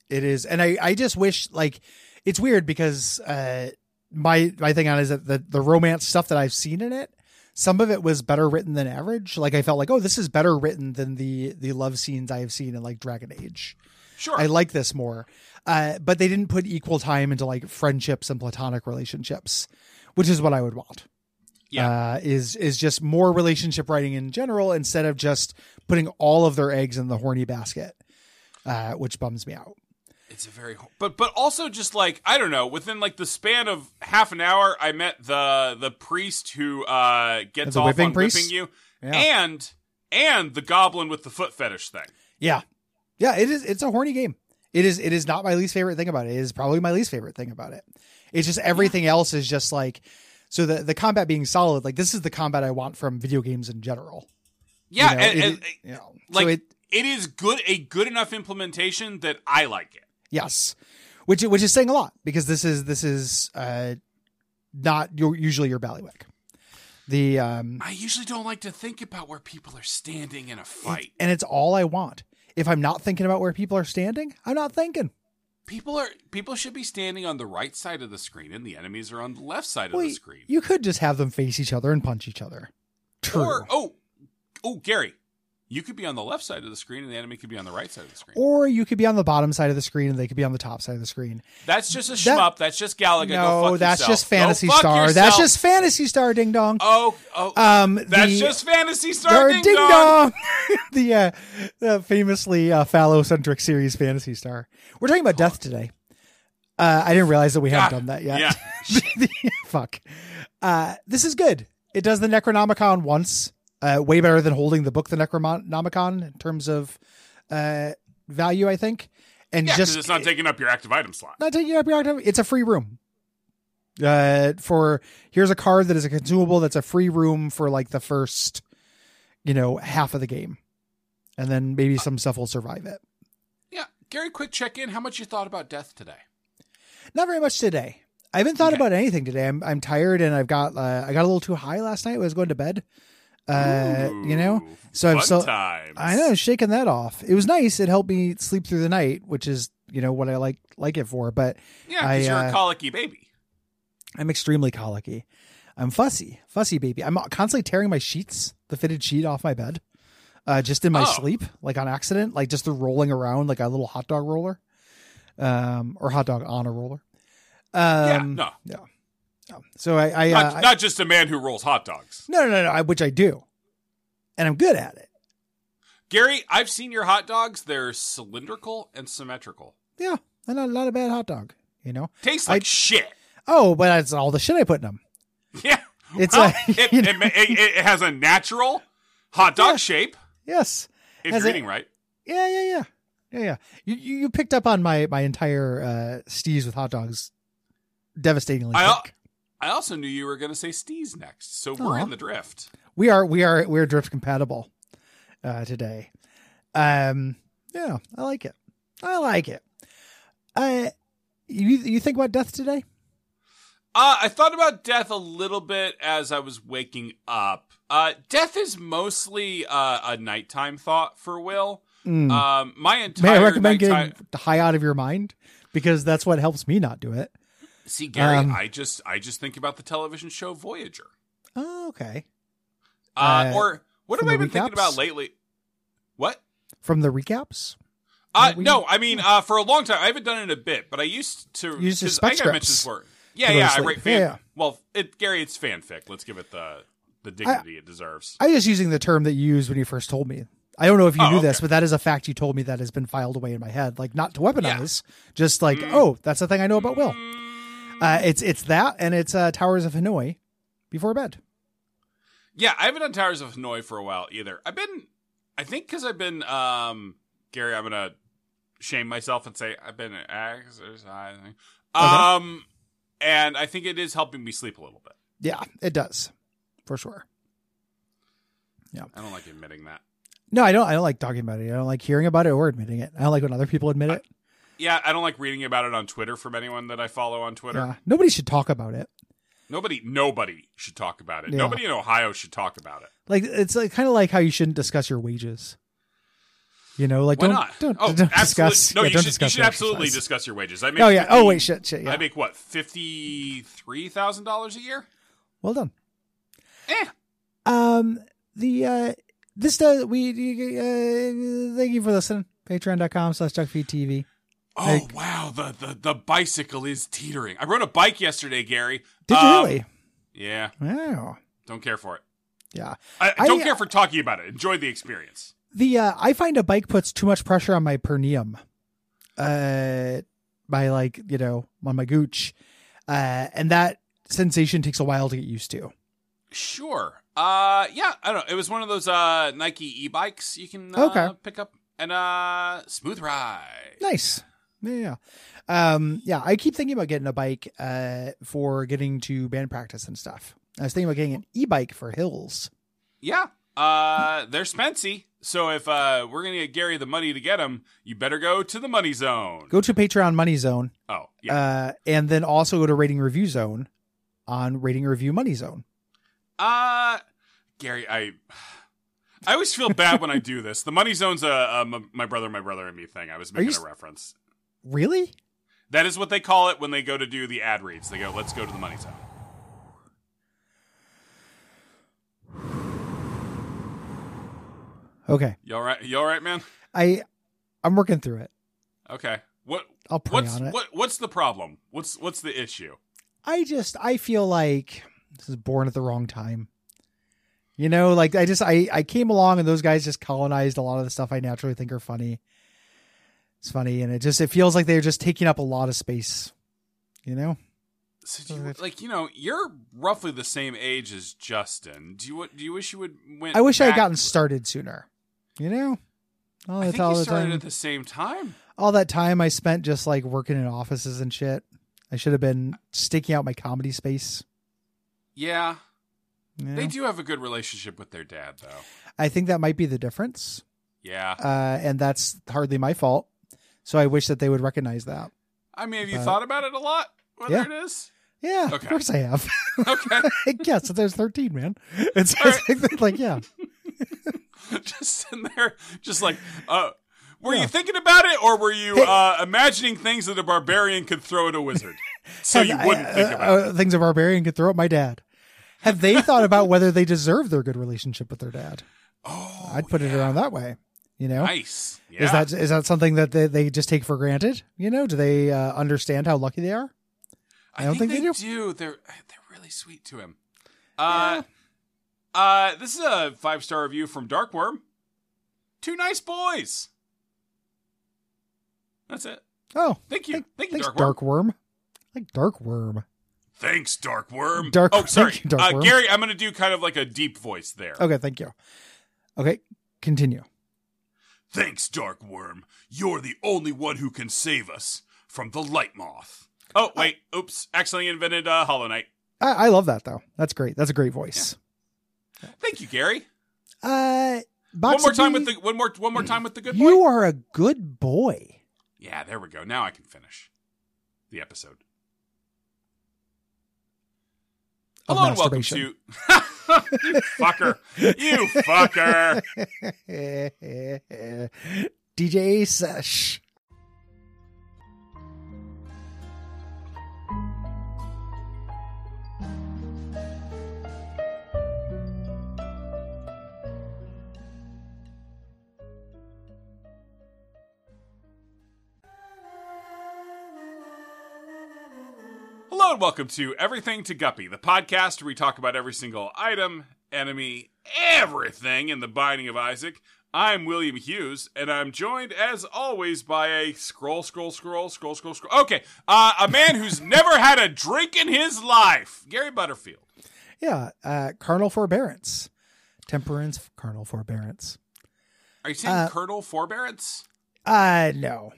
Speaker 2: It is and I I just wish like it's weird because uh my my thing on it is that the, the romance stuff that I've seen in it, some of it was better written than average. Like I felt like, oh, this is better written than the the love scenes I have seen in like Dragon Age.
Speaker 1: Sure,
Speaker 2: I like this more. Uh, but they didn't put equal time into like friendships and platonic relationships, which is what I would want.
Speaker 1: Yeah.
Speaker 2: Uh, is is just more relationship writing in general instead of just putting all of their eggs in the horny basket, uh, which bums me out.
Speaker 1: it's a very ho- but but also just like I don't know within like the span of half an hour, I met the the priest who uh gets
Speaker 2: The
Speaker 1: off
Speaker 2: whipping
Speaker 1: on
Speaker 2: priest?
Speaker 1: whipping you,
Speaker 2: Yeah.
Speaker 1: and and the goblin with the foot fetish thing.
Speaker 2: Yeah. Yeah, it is it's a horny game. It is it is not my least favorite thing about it. It is probably my least favorite thing about it. It's just everything else is just like so the the combat being solid, like this is the combat I want from video games in general. You
Speaker 1: Yeah,
Speaker 2: know,
Speaker 1: and-
Speaker 2: it-
Speaker 1: and-
Speaker 2: it- you know,
Speaker 1: like
Speaker 2: so it,
Speaker 1: it is good a good enough implementation that I like it.
Speaker 2: Yes, which which is saying a lot because this is this is uh, not your usually your ballywick. The um,
Speaker 1: I usually don't like to think about where people are standing in a fight.
Speaker 2: and it's all I want. If I'm not thinking about where people are standing, I'm not thinking.
Speaker 1: People are people should be standing on the right side of the screen and the enemies are on the left side of
Speaker 2: Well,
Speaker 1: the
Speaker 2: y-
Speaker 1: screen.
Speaker 2: you could just have them face each other and punch each other. True.
Speaker 1: Or
Speaker 2: Or,
Speaker 1: oh oh Gary, you could be on the left side of the screen and the enemy could be on the right side of the screen.
Speaker 2: you could be on the bottom side of the screen and they could be on the top side of the screen.
Speaker 1: that's just a
Speaker 2: that-
Speaker 1: shmup. That's just Galaga. Go
Speaker 2: no,
Speaker 1: fuck
Speaker 2: that's
Speaker 1: yourself.
Speaker 2: just Fantasy
Speaker 1: Go fuck
Speaker 2: Star.
Speaker 1: yourself.
Speaker 2: That's just Fantasy Star. Ding dong.
Speaker 1: oh oh.
Speaker 2: um,
Speaker 1: that's
Speaker 2: the-
Speaker 1: just Fantasy Star.
Speaker 2: Or
Speaker 1: Ding, dong.
Speaker 2: the uh, the famously uh, phallocentric series Fantasy Star. We're talking about death today. Uh, I didn't realize that we haven't
Speaker 1: God,
Speaker 2: done that yet.
Speaker 1: Yeah.
Speaker 2: Fuck. Uh, this is good. It does the Necronomicon once, uh, way better than holding the book the Necronomicon in terms of uh, value, I think. And
Speaker 1: Yeah, because
Speaker 2: just
Speaker 1: it's not taking up your active item slot.
Speaker 2: not taking up your active. It's a free room. Uh, for here's a card that is a consumable that's a free room for like the first, you know, half of the game, and then maybe some stuff will survive it.
Speaker 1: Yeah, Gary, quick check in. How much you thought about death today?
Speaker 2: Not very much today. I haven't thought
Speaker 1: Okay.
Speaker 2: about anything today. I'm I'm tired and I've got uh, I got a little too high last night when I was going to bed. Uh, you know,
Speaker 1: Ooh,
Speaker 2: so I'm
Speaker 1: fun
Speaker 2: still
Speaker 1: times.
Speaker 2: I know shaking that off. It was nice. It helped me sleep through the night, which is you know what I like like it for. But
Speaker 1: Yeah,
Speaker 2: I,
Speaker 1: because you're
Speaker 2: uh,
Speaker 1: a colicky baby.
Speaker 2: I'm extremely colicky. I'm fussy, fussy baby. I'm constantly tearing my sheets, the fitted sheet off my bed, uh, just in my
Speaker 1: Oh.
Speaker 2: sleep, like on accident, like just rolling around like a little hot dog roller, um, or hot dog on a roller. Um,
Speaker 1: yeah,
Speaker 2: So I, I,
Speaker 1: no,
Speaker 2: uh,
Speaker 1: not,
Speaker 2: I
Speaker 1: not just a man who rolls hot dogs.
Speaker 2: no, no, no, no, I, which I do, and I'm good at it.
Speaker 1: Gary, I've seen your hot dogs. They're cylindrical and symmetrical.
Speaker 2: Yeah, I'm not, not a bad hot dog, you know.
Speaker 1: Tastes
Speaker 2: I-
Speaker 1: like shit.
Speaker 2: Oh, but that's all the shit I put in them.
Speaker 1: Yeah,
Speaker 2: It's
Speaker 1: well,
Speaker 2: a-
Speaker 1: Oh, it,
Speaker 2: you
Speaker 1: it, ma- it, it has a natural hot dog
Speaker 2: Yeah.
Speaker 1: shape.
Speaker 2: Yes.
Speaker 1: If
Speaker 2: Has
Speaker 1: you're
Speaker 2: a-
Speaker 1: eating right,
Speaker 2: Yeah, yeah, yeah, yeah, yeah. You you, you picked up on my my entire uh, steez with hot dogs, devastatingly
Speaker 1: I-
Speaker 2: quick.
Speaker 1: I also knew you were going to say Steez next, so we're
Speaker 2: Aw.
Speaker 1: in the drift.
Speaker 2: We are we are we're drift compatible uh, today. Um, yeah, I like it. I like it. Uh, you you think about death today?
Speaker 1: Uh, I thought about death a little bit as I was waking up. Uh, death is mostly uh, a nighttime thought for Will.
Speaker 2: Mm.
Speaker 1: Um, my
Speaker 2: May
Speaker 1: entire
Speaker 2: I recommend
Speaker 1: nighttime-
Speaker 2: getting high out of your mind because that's what helps me not do it.
Speaker 1: See, Gary,
Speaker 2: Um,
Speaker 1: I just I just think about the television show Voyager.
Speaker 2: Oh, okay.
Speaker 1: Uh,
Speaker 2: Uh,
Speaker 1: or what have
Speaker 2: from
Speaker 1: I
Speaker 2: the
Speaker 1: been thinking
Speaker 2: recaps?
Speaker 1: about lately? What?
Speaker 2: From the recaps,
Speaker 1: Uh,
Speaker 2: That we-
Speaker 1: no, I mean uh, for a long time I haven't done it in a bit, but I used to.
Speaker 2: You used to
Speaker 1: 'cause I think I
Speaker 2: spec
Speaker 1: mentioned
Speaker 2: scripts
Speaker 1: this word. Yeah,
Speaker 2: to go
Speaker 1: yeah,
Speaker 2: to
Speaker 1: I
Speaker 2: sleep.
Speaker 1: write fan.
Speaker 2: Yeah, yeah.
Speaker 1: Well, it, Gary, it's fanfic. Let's give it the the dignity it deserves.
Speaker 2: I was just using the term that you used when you first told me. I don't know if you
Speaker 1: Oh,
Speaker 2: knew this,
Speaker 1: okay.
Speaker 2: but that is a fact you told me that has been filed away in my head. Like not to weaponize, just like
Speaker 1: Mm.
Speaker 2: oh, that's a thing I know about Will. Uh, it's it's that, and it's uh, Towers of Hanoi before bed.
Speaker 1: Yeah, I haven't done Towers of Hanoi for a while either. I've been, I think, because I've been, um, Gary, I'm gonna shame myself and say I've been exercising, um, and I think it is helping me sleep a little bit.
Speaker 2: Yeah, it does for sure.
Speaker 1: I don't like admitting that.
Speaker 2: No, I don't. I don't like talking about it. I don't like hearing about it or admitting it. I don't like when other people admit it.
Speaker 1: Yeah, I don't like reading about it on Twitter from anyone that I follow on Twitter.
Speaker 2: Yeah, nobody should talk about it.
Speaker 1: Nobody, nobody should talk about it.
Speaker 2: Yeah.
Speaker 1: Nobody in Ohio should talk about it.
Speaker 2: Like it's like, kind of like how you shouldn't discuss your wages. You know, like
Speaker 1: Why
Speaker 2: don't,
Speaker 1: not?
Speaker 2: don't,
Speaker 1: oh,
Speaker 2: don't
Speaker 1: absolutely.
Speaker 2: discuss.
Speaker 1: No,
Speaker 2: yeah,
Speaker 1: you,
Speaker 2: don't
Speaker 1: should,
Speaker 2: discuss
Speaker 1: you should
Speaker 2: your
Speaker 1: absolutely
Speaker 2: exercise.
Speaker 1: discuss your wages. I make
Speaker 2: Oh yeah. Oh
Speaker 1: 50
Speaker 2: wait, shit, shit. Yeah.
Speaker 1: I make what fifty three thousand dollars a year.
Speaker 2: well done.
Speaker 1: Eh.
Speaker 2: Um, the uh, this does we uh, thank you for listening. Patreon.com slash duckfeedtv.
Speaker 1: Oh
Speaker 2: Like-
Speaker 1: wow, the, the the bicycle is teetering. I rode a bike yesterday, Gary.
Speaker 2: Did
Speaker 1: Um,
Speaker 2: you really?
Speaker 1: Yeah,
Speaker 2: Wow.
Speaker 1: don't care for it.
Speaker 2: Yeah.
Speaker 1: I, I don't
Speaker 2: I- uh,
Speaker 1: care for talking about it. Enjoy the experience.
Speaker 2: The uh, I find a bike puts too much pressure on my perineum. Uh, my like you know on my gooch, uh, and that sensation takes a while to get used to.
Speaker 1: Sure. Uh, yeah, I don't know. It was one of those uh Nike e-bikes you can uh,
Speaker 2: Okay.
Speaker 1: pick up and uh smooth ride.
Speaker 2: Nice. Yeah. Um, yeah, I keep thinking about getting a bike uh, for getting to band practice and stuff. I was thinking about getting an e-bike for hills.
Speaker 1: Yeah. Uh, they're spency. So if uh we're gonna get Gary the money to get him, you better go to the money zone.
Speaker 2: Go to Patreon Money Zone,
Speaker 1: oh yeah.
Speaker 2: uh, and then also go to Rating Review Zone on Rating Review Money Zone.
Speaker 1: Uh Gary, I I always feel bad when I do this. The money zone's a, a m- my brother, my brother and me thing. I was
Speaker 2: Are you
Speaker 1: making a
Speaker 2: s-
Speaker 1: reference.
Speaker 2: Really?
Speaker 1: That is what they call it when they go to do the ad reads. They go, "Let's go to the money zone."
Speaker 2: Okay.
Speaker 1: You all right? You all right, man?
Speaker 2: I I'm working through it.
Speaker 1: Okay. What
Speaker 2: I'll pray
Speaker 1: what's
Speaker 2: on it.
Speaker 1: what what's the problem? What's what's the issue?
Speaker 2: I just I feel like this is born at the wrong time. You know, like I just I I came along and those guys just colonized a lot of the stuff I naturally think are funny. It's funny and it just it feels like they're just taking up a lot of space. You know?
Speaker 1: So do you, like you know, you're roughly the same age as Justin. Do you wa- do you wish you would went
Speaker 2: I wish I had
Speaker 1: back-
Speaker 2: gotten started sooner. You know? All
Speaker 1: I
Speaker 2: that,
Speaker 1: think
Speaker 2: all
Speaker 1: you
Speaker 2: the
Speaker 1: started
Speaker 2: time,
Speaker 1: at the same time.
Speaker 2: all that time I spent just like working in offices and shit. I should have been staking out my comedy space.
Speaker 1: Yeah.
Speaker 2: you know?
Speaker 1: They do have a good relationship with their dad though.
Speaker 2: I think that might be the difference.
Speaker 1: Yeah.
Speaker 2: uh, and that's hardly my fault. So I wish that they would recognize that.
Speaker 1: I mean, have you
Speaker 2: But-
Speaker 1: thought about it a lot? Whether
Speaker 2: Yeah.
Speaker 1: it is?
Speaker 2: Yeah,
Speaker 1: Okay.
Speaker 2: of course I have.
Speaker 1: Okay.
Speaker 2: yeah, since I was thirteen, man. It's
Speaker 1: All right.
Speaker 2: it's like yeah,
Speaker 1: just in there, just like, uh, were you
Speaker 2: Yeah.
Speaker 1: thinking about it or were you
Speaker 2: Hey.
Speaker 1: uh, imagining things that a barbarian could throw at a wizard? So
Speaker 2: Have
Speaker 1: you
Speaker 2: I-
Speaker 1: wouldn't think
Speaker 2: uh,
Speaker 1: about it.
Speaker 2: uh, things a barbarian could throw at my dad. Have they thought about whether they deserve their good relationship with their dad?
Speaker 1: Oh,
Speaker 2: I'd put it around that way. You uh, know,
Speaker 1: nice. Yeah.
Speaker 2: is that is that something that they, they just take for granted? You know, do they uh, understand how lucky they are?
Speaker 1: I,
Speaker 2: I don't
Speaker 1: think,
Speaker 2: think
Speaker 1: they
Speaker 2: they
Speaker 1: do. They're they're really sweet to him. Uh, uh, this is a five star review from Darkworm. Two nice boys. That's it.
Speaker 2: Oh,
Speaker 1: Thank you. Thank you,
Speaker 2: thanks,
Speaker 1: Darkworm.
Speaker 2: dark worm. Like dark worm.
Speaker 1: Thanks, Dark Worm.
Speaker 2: Dark-
Speaker 1: oh, sorry,
Speaker 2: thank you, Dark
Speaker 1: uh,
Speaker 2: Worm.
Speaker 1: Gary. I'm going to do kind of like a deep voice there.
Speaker 2: Okay, thank you. Okay, continue.
Speaker 1: Thanks, Dark Worm. You're the only one who can save us from the Light Moth. Oh wait, oops! Accidentally invented uh, Hollow Knight.
Speaker 2: I, I love that though. That's great. That's a great voice.
Speaker 1: Thank you, Gary.
Speaker 2: Uh,
Speaker 1: one more
Speaker 2: Boxer
Speaker 1: time
Speaker 2: B,
Speaker 1: with the one more one more time with the good boy.
Speaker 2: You are a good boy.
Speaker 1: yeah, there we go. Now I can finish the episode.
Speaker 2: Of
Speaker 1: Hello and welcome to
Speaker 2: masturbation.
Speaker 1: you fucker. You fucker.
Speaker 2: DJ Sesh.
Speaker 1: Hello and welcome to Everything to Guppy, the podcast where we talk about every single item, enemy, everything in the Binding of Isaac. I'm William Hughes, and I'm joined as always by a scroll, scroll, scroll, scroll, scroll, scroll. Okay, uh, a man who's never had a drink in his life, Gary Butterfield.
Speaker 2: Yeah, uh, carnal forbearance, temperance, carnal forbearance.
Speaker 1: Are you saying
Speaker 2: Uh,
Speaker 1: Colonel Forbearance?
Speaker 2: Uh no.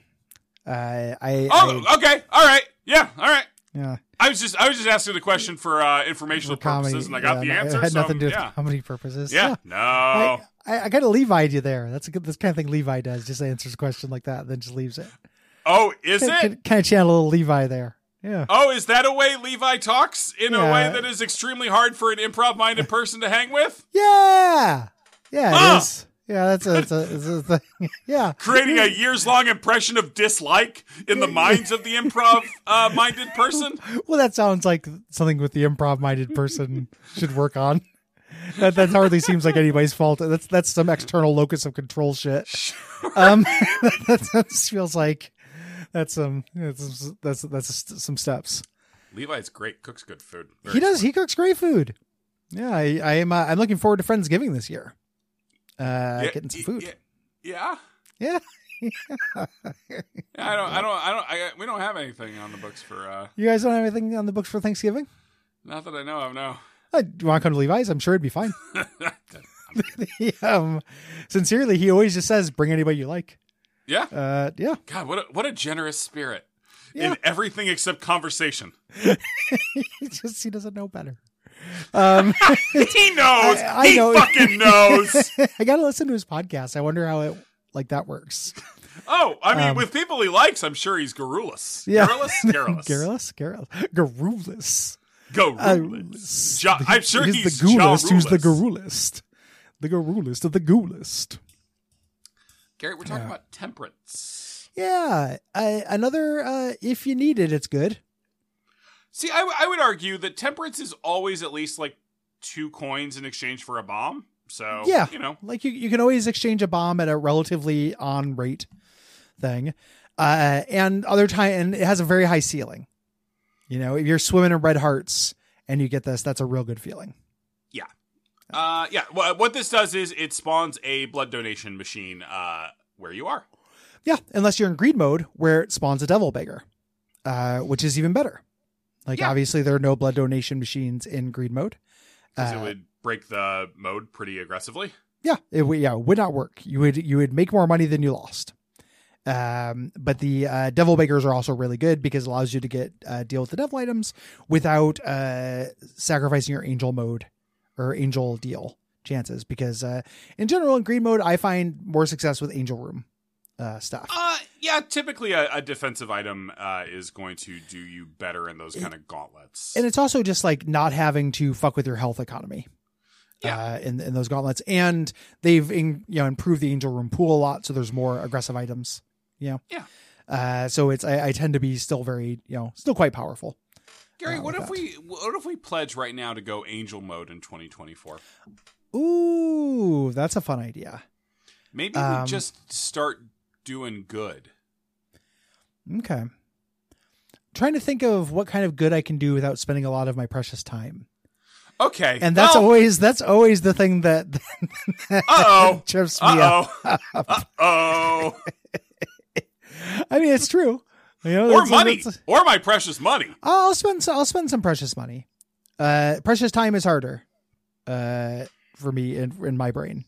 Speaker 2: Uh, I,
Speaker 1: Oh,
Speaker 2: I
Speaker 1: okay, all right, yeah, all right.
Speaker 2: yeah,
Speaker 1: I was just I was just asking the question for uh, informational
Speaker 2: for comedy.
Speaker 1: purposes, and I got
Speaker 2: yeah,
Speaker 1: the
Speaker 2: no,
Speaker 1: answer.
Speaker 2: It had
Speaker 1: so,
Speaker 2: nothing to do with
Speaker 1: yeah,
Speaker 2: comedy purposes.
Speaker 1: yeah, Uh, no.
Speaker 2: I, I, I kind of Levi you there. That's a good. That's kind of thing Levi does. Just answers a question like that, and then just leaves it.
Speaker 1: oh, is
Speaker 2: Kind-
Speaker 1: it?
Speaker 2: Kind, kind of channel a little Levi there. Yeah.
Speaker 1: Oh, is that a way Levi talks in a
Speaker 2: Yeah.
Speaker 1: way that is extremely hard for an improv minded person to hang with?
Speaker 2: Yeah. Yeah. It is.
Speaker 1: Ah!
Speaker 2: Yeah. That's a. It's a, it's a thing. yeah.
Speaker 1: Creating a years long impression of dislike in the minds of the improv uh, minded person?
Speaker 2: Well, that sounds like something with the improv-minded person should work on. That that hardly seems like anybody's fault. That's that's some external locus of control shit. Um, that, that feels like that's um that's that's that's some steps.
Speaker 1: Levi's great, cooks good food.
Speaker 2: he does. He cooks great food. Yeah, I, I am. Uh, I'm looking forward to Friendsgiving this year. Uh, getting some food.
Speaker 1: Yeah. Yeah.
Speaker 2: Yeah.
Speaker 1: I don't, I don't, I don't, I, we don't have anything on the books for, uh,
Speaker 2: You guys don't have anything on the books for Thanksgiving?
Speaker 1: not that I know of, no.
Speaker 2: Uh, do you want to come to Levi's? I'm sure it'd be fine. um, sincerely, he always just says, "Bring anybody you like."
Speaker 1: yeah.
Speaker 2: Uh, yeah,
Speaker 1: God, what a, what a generous spirit
Speaker 2: Yeah.
Speaker 1: in everything except conversation.
Speaker 2: he just he doesn't know better. Um,
Speaker 1: He knows.
Speaker 2: I- I
Speaker 1: he
Speaker 2: know.
Speaker 1: fucking knows.
Speaker 2: I gotta listen to his podcast. I wonder how it like that works.
Speaker 1: Oh, I mean,
Speaker 2: Um,
Speaker 1: with people he likes, I'm sure he's garrulous.
Speaker 2: Yeah.
Speaker 1: Garrulous? Garrulous.
Speaker 2: Garrulous, garrulous, garrulous.
Speaker 1: Garrulous.
Speaker 2: Garrulous.
Speaker 1: Ja- I'm sure
Speaker 2: he's,
Speaker 1: he's
Speaker 2: the ghoulist. Who's the
Speaker 1: Jarulist.
Speaker 2: garrulist? The garrulist of the ghoulist.
Speaker 1: Garrett, we're talking about temperance.
Speaker 2: Yeah, I, another. Uh, if you need it, it's good.
Speaker 1: See, I, w- I would argue that temperance is always at least like two coins in exchange for a bomb. So,
Speaker 2: Yeah.
Speaker 1: you know,
Speaker 2: Like you, you can always exchange a bomb at a relatively on rate thing, uh, and other time, and it has a very high ceiling. You know, if you're swimming in red hearts and you get this, that's a real good feeling.
Speaker 1: uh, yeah. Well, what this does is it spawns a blood donation machine uh, where you are.
Speaker 2: Yeah, unless you're in greed mode where it spawns a devil beggar, uh, which is even better. Like
Speaker 1: Yeah.
Speaker 2: obviously there are no blood donation machines in greed mode.
Speaker 1: Because it
Speaker 2: Uh,
Speaker 1: would break the mode pretty aggressively.
Speaker 2: Yeah, it would, yeah, it would not work. You would you would make more money than you lost. Um, but the uh, devil bakers are also really good because it allows you to get uh, deal with the devil items without uh, sacrificing your angel mode or angel deal chances. Because uh, in general, in green mode, I find more success with angel room uh, stuff.
Speaker 1: Uh, yeah, typically a, a defensive item uh, is going to do you better in those kind of gauntlets.
Speaker 2: and it's also just like not having to fuck with your health economy.
Speaker 1: Yeah.
Speaker 2: Uh, in in those gauntlets, and they've in, you know improved the angel room pool a lot, so there's more aggressive items. You know.
Speaker 1: Yeah.
Speaker 2: Uh, so it's I, I tend to be still very you know still quite powerful.
Speaker 1: Gary,
Speaker 2: uh,
Speaker 1: what if
Speaker 2: with
Speaker 1: we what if we pledge right now to go angel mode in 2024?
Speaker 2: Ooh, that's a fun idea.
Speaker 1: Maybe
Speaker 2: Um,
Speaker 1: we just start doing good.
Speaker 2: Okay. trying to think of what kind of good I can do without spending a lot of my precious time,
Speaker 1: Okay, Oh,
Speaker 2: and that's
Speaker 1: well,
Speaker 2: always that's always the thing that, that
Speaker 1: Uh-oh.
Speaker 2: trips me up.
Speaker 1: uh oh, uh oh,
Speaker 2: I mean, it's true. You know,
Speaker 1: or
Speaker 2: that's-
Speaker 1: money,
Speaker 2: that's-
Speaker 1: or my precious money.
Speaker 2: I'll spend some, I'll spend some precious money. Uh, precious time is harder, uh, for me in in my brain.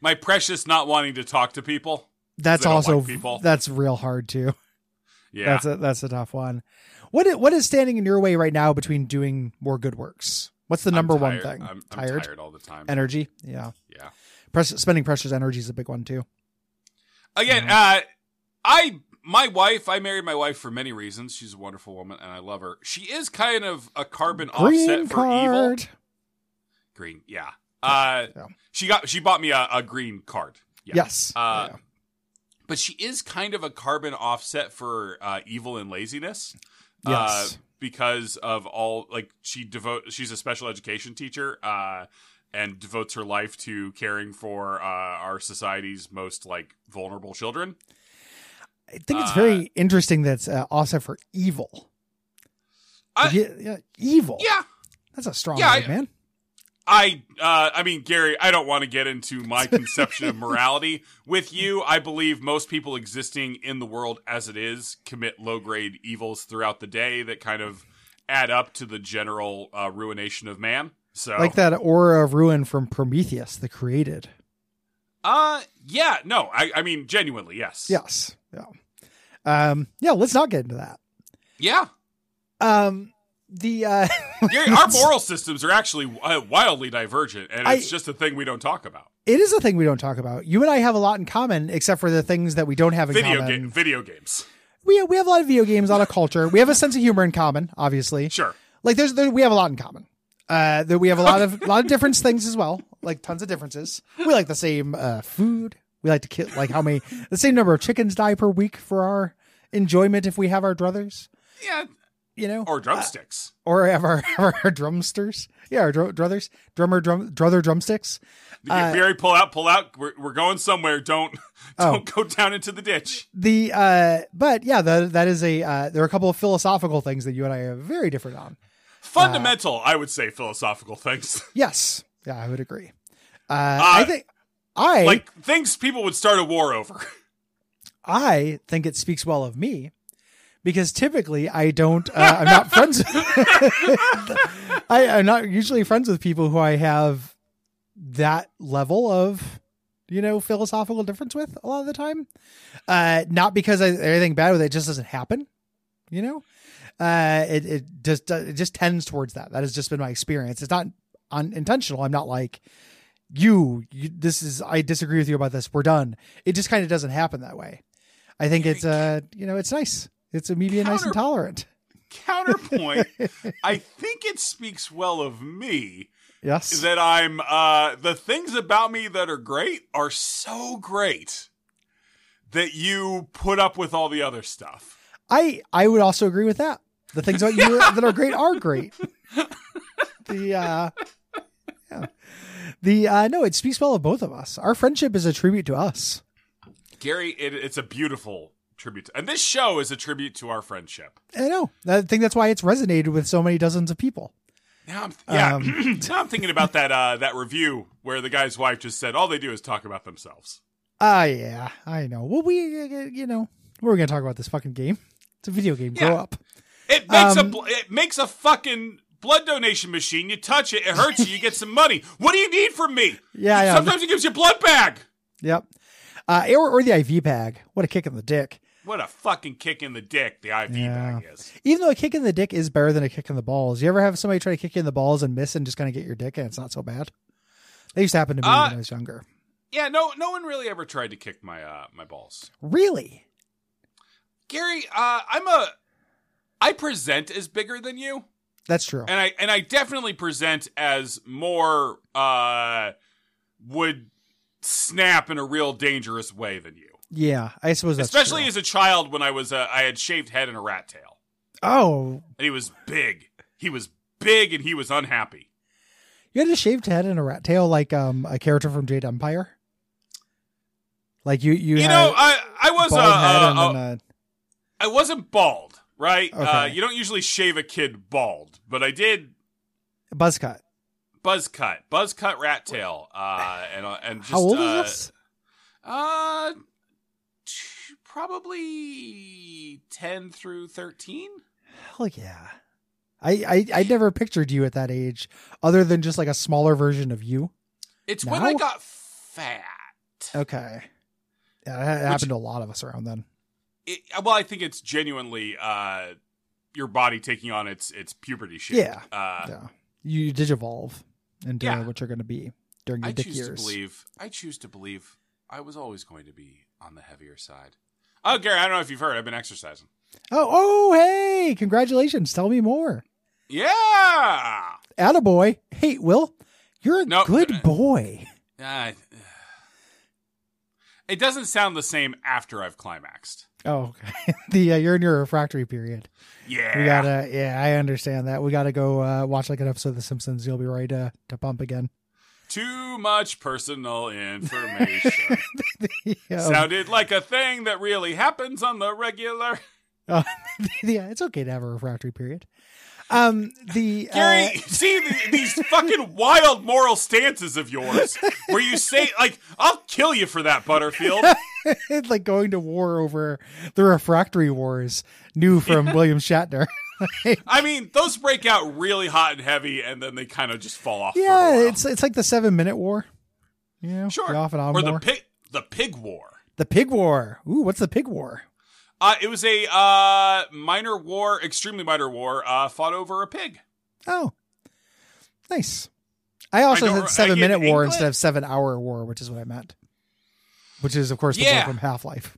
Speaker 1: My precious not wanting to talk to people.
Speaker 2: That's
Speaker 1: They don't
Speaker 2: also
Speaker 1: like people.
Speaker 2: that's real hard too.
Speaker 1: Yeah.
Speaker 2: That's a that's a tough one. What i- what is standing in your way right now between doing more good works? What's the
Speaker 1: I'm
Speaker 2: number one
Speaker 1: tired.
Speaker 2: thing?
Speaker 1: I'm, I'm
Speaker 2: tired.
Speaker 1: tired. all the time.
Speaker 2: Energy. Yeah.
Speaker 1: yeah.
Speaker 2: Press, spending pressure's energy is a big one too.
Speaker 1: Again,
Speaker 2: Mm-hmm.
Speaker 1: uh, I my wife. I married my wife for many reasons. She's a wonderful woman, and I love her. She is kind of a carbon offset for evil.
Speaker 2: card.
Speaker 1: Green. Yeah. Uh,
Speaker 2: Yeah.
Speaker 1: she got she bought me a, a green card. Yeah.
Speaker 2: Yes.
Speaker 1: Uh,
Speaker 2: Yeah.
Speaker 1: But she is kind of a carbon offset for uh, evil and laziness. Uh,
Speaker 2: Yes.
Speaker 1: because of all like she devote she's a special education teacher uh and devotes her life to caring for uh our society's most like vulnerable children.
Speaker 2: I think it's
Speaker 1: uh,
Speaker 2: very interesting that it's uh, offset for evil.
Speaker 1: I-
Speaker 2: yeah, yeah, evil.
Speaker 1: Yeah.
Speaker 2: That's a strong
Speaker 1: Yeah,
Speaker 2: word,
Speaker 1: I-
Speaker 2: man.
Speaker 1: I uh I mean Gary, I don't want to get into my conception of morality with you. I believe most people existing in the world as it is commit low-grade evils throughout the day that kind of add up to the general uh ruination of man. So
Speaker 2: Like that aura of ruin from Prometheus, the created.
Speaker 1: uh yeah, no. I I mean genuinely, yes.
Speaker 2: Yes. Yeah. Um, yeah, let's not get into that.
Speaker 1: Yeah.
Speaker 2: Um, the uh,
Speaker 1: Gary, our moral systems are actually uh, wildly divergent, and it's
Speaker 2: I-
Speaker 1: just a thing we don't talk about.
Speaker 2: it is a thing we don't talk about. You and I have a lot in common, except for the things that we don't have in
Speaker 1: Video
Speaker 2: common.
Speaker 1: game, video games.
Speaker 2: We we have a lot of video games, a lot of culture. We have a sense of humor in common, obviously.
Speaker 1: Sure,
Speaker 2: Like there's there, we have a lot in common. Uh, there, we have a lot of lot of different things as well, like tons of differences. We like the same uh, food. We like to kill like how many the same number of chickens die per week for our enjoyment if we have our druthers,
Speaker 1: yeah,
Speaker 2: you know,
Speaker 1: or drumsticks.
Speaker 2: or have our, our drumsters, yeah, our dr- druthers, drummer drum druther drumsticks. uh,
Speaker 1: Gary, pull out, pull out. We're, we're going somewhere. Don't don't go down into the ditch.
Speaker 2: the uh but yeah that that is a uh there are a couple of philosophical things that you and i are very different on
Speaker 1: Fundamental, I would say, philosophical things
Speaker 2: yes yeah i would agree uh, i think i
Speaker 1: like things people would start a war over.
Speaker 2: i think it speaks well of me because typically i don't uh, i'm not friends i i'm not usually friends with people who i have that level of you know philosophical difference with a lot of the time uh not because I, anything bad with it, it just doesn't happen you know uh it, it just it just tends towards that that has just been my experience it's not unintentional i'm not like you, you this is i disagree with you about this we're done it just kind of doesn't happen that way i think it's uh you know it's nice it's a media nice and
Speaker 1: Counter-
Speaker 2: tolerant
Speaker 1: Counterpoint, I think it speaks well of me
Speaker 2: yes
Speaker 1: that I'm uh the things about me that are great are so great that you put up with all the other stuff.
Speaker 2: i i would also agree with that the things about you that are great are great the uh yeah. the uh no it speaks well of both of us our friendship is a tribute to us
Speaker 1: Gary, it, it's a beautiful tribute. to- and this show is a tribute to our friendship.
Speaker 2: I know. I think that's why it's resonated with so many dozens of people.
Speaker 1: Now I'm, yeah,
Speaker 2: Um,
Speaker 1: now I'm thinking about that uh, that review where the guy's wife just said all they do is talk about themselves.
Speaker 2: Ah, yeah, I know. Well, we, uh, you know, we're gonna talk about this fucking game. It's a video game. Grow
Speaker 1: Yeah.
Speaker 2: up.
Speaker 1: It makes a
Speaker 2: Um,
Speaker 1: bl- it makes a fucking blood donation machine. You touch it, it hurts you. You get some money. What do you need from me?
Speaker 2: Yeah, I know.
Speaker 1: Sometimes it gives you a blood bag.
Speaker 2: Yep. Uh, or, or the IV bag. What a kick in the dick.
Speaker 1: What a fucking kick in the dick the IV
Speaker 2: Yeah.
Speaker 1: bag is.
Speaker 2: Even though a kick in the dick is better than a kick in the balls. You ever have somebody try to kick you in the balls and miss and just kind of get your dick and it's not so bad? That used to happen to me
Speaker 1: Uh,
Speaker 2: when I was younger.
Speaker 1: Yeah, no, no one really ever tried to kick my uh, my balls.
Speaker 2: Really?
Speaker 1: Gary, uh, I'm a, I present as bigger than you,
Speaker 2: That's true.
Speaker 1: and I and I definitely present as more uh, would snap in a real dangerous way than you.
Speaker 2: Yeah, I suppose that's
Speaker 1: Especially
Speaker 2: true.
Speaker 1: as a child, when I was uh, I had shaved head and a rat tail,
Speaker 2: oh,
Speaker 1: and he was big. He was big, and he was unhappy.
Speaker 2: You had a shaved head and a rat tail, like um a character from Jade Empire. Like you, you,
Speaker 1: You,
Speaker 2: had
Speaker 1: know, I I was a,
Speaker 2: bald head and
Speaker 1: a, a,
Speaker 2: then a-
Speaker 1: I wasn't bald, right? Uh,
Speaker 2: Okay.
Speaker 1: you don't usually shave a kid bald, but I did
Speaker 2: a buzz cut.
Speaker 1: buzz cut, buzz cut rat tail, uh, and uh, and just
Speaker 2: How old
Speaker 1: uh,
Speaker 2: is this?
Speaker 1: Uh, t- probably ten through thirteen.
Speaker 2: Hell yeah! I, I I never pictured you at that age, other than just like a smaller version of you.
Speaker 1: It's when I
Speaker 2: Now?
Speaker 1: got fat.
Speaker 2: Okay, yeah, that happened to a lot of us around then.
Speaker 1: it, well, I think it's genuinely uh, your body taking on its its puberty shape.
Speaker 2: Yeah.
Speaker 1: Uh,
Speaker 2: yeah. You did evolve into
Speaker 1: Yeah.
Speaker 2: what you're going to be during your
Speaker 1: I
Speaker 2: dick
Speaker 1: choose
Speaker 2: years.
Speaker 1: to believe. I choose to believe. I was always going to be on the heavier side. Oh, Gary, I don't know if you've heard. I've been exercising.
Speaker 2: Oh, oh, hey, congratulations. Tell me more.
Speaker 1: Yeah.
Speaker 2: Attaboy. Hey, Will, you're a
Speaker 1: No.
Speaker 2: good boy.
Speaker 1: Uh, it doesn't sound the same after I've climaxed.
Speaker 2: Oh, okay. the uh, you're in your refractory period.
Speaker 1: Yeah.
Speaker 2: We gotta, yeah, I understand that. We gotta go uh, watch like an episode of The Simpsons. You'll be ready to, to pump again.
Speaker 1: Too much personal information.
Speaker 2: Yeah.
Speaker 1: Sounded like a thing that really happens on the regular.
Speaker 2: Uh, yeah, it's okay to have a refractory period. Um, the
Speaker 1: Gary, see the, these fucking wild moral stances of yours where you say, like, I'll kill you for that, Butterfield.
Speaker 2: uh, like going to war over the refractory wars, new from William Shatner.
Speaker 1: I mean, those break out really hot and heavy and then they kind of just fall off. for a
Speaker 2: yeah,
Speaker 1: while.
Speaker 2: it's it's like the seven minute war. You know,
Speaker 1: Sure.
Speaker 2: the off and on
Speaker 1: or the
Speaker 2: war.
Speaker 1: pig, the pig war.
Speaker 2: The pig war. Ooh, what's the pig war?
Speaker 1: Uh, it was a uh, minor war, extremely minor war, uh, fought over a pig.
Speaker 2: Oh, nice. I also
Speaker 1: don't-
Speaker 2: said seven
Speaker 1: again,
Speaker 2: minute war
Speaker 1: England-
Speaker 2: instead of seven hour war, which is what I meant. Which is, of course, the
Speaker 1: Yeah.
Speaker 2: war from Half Life.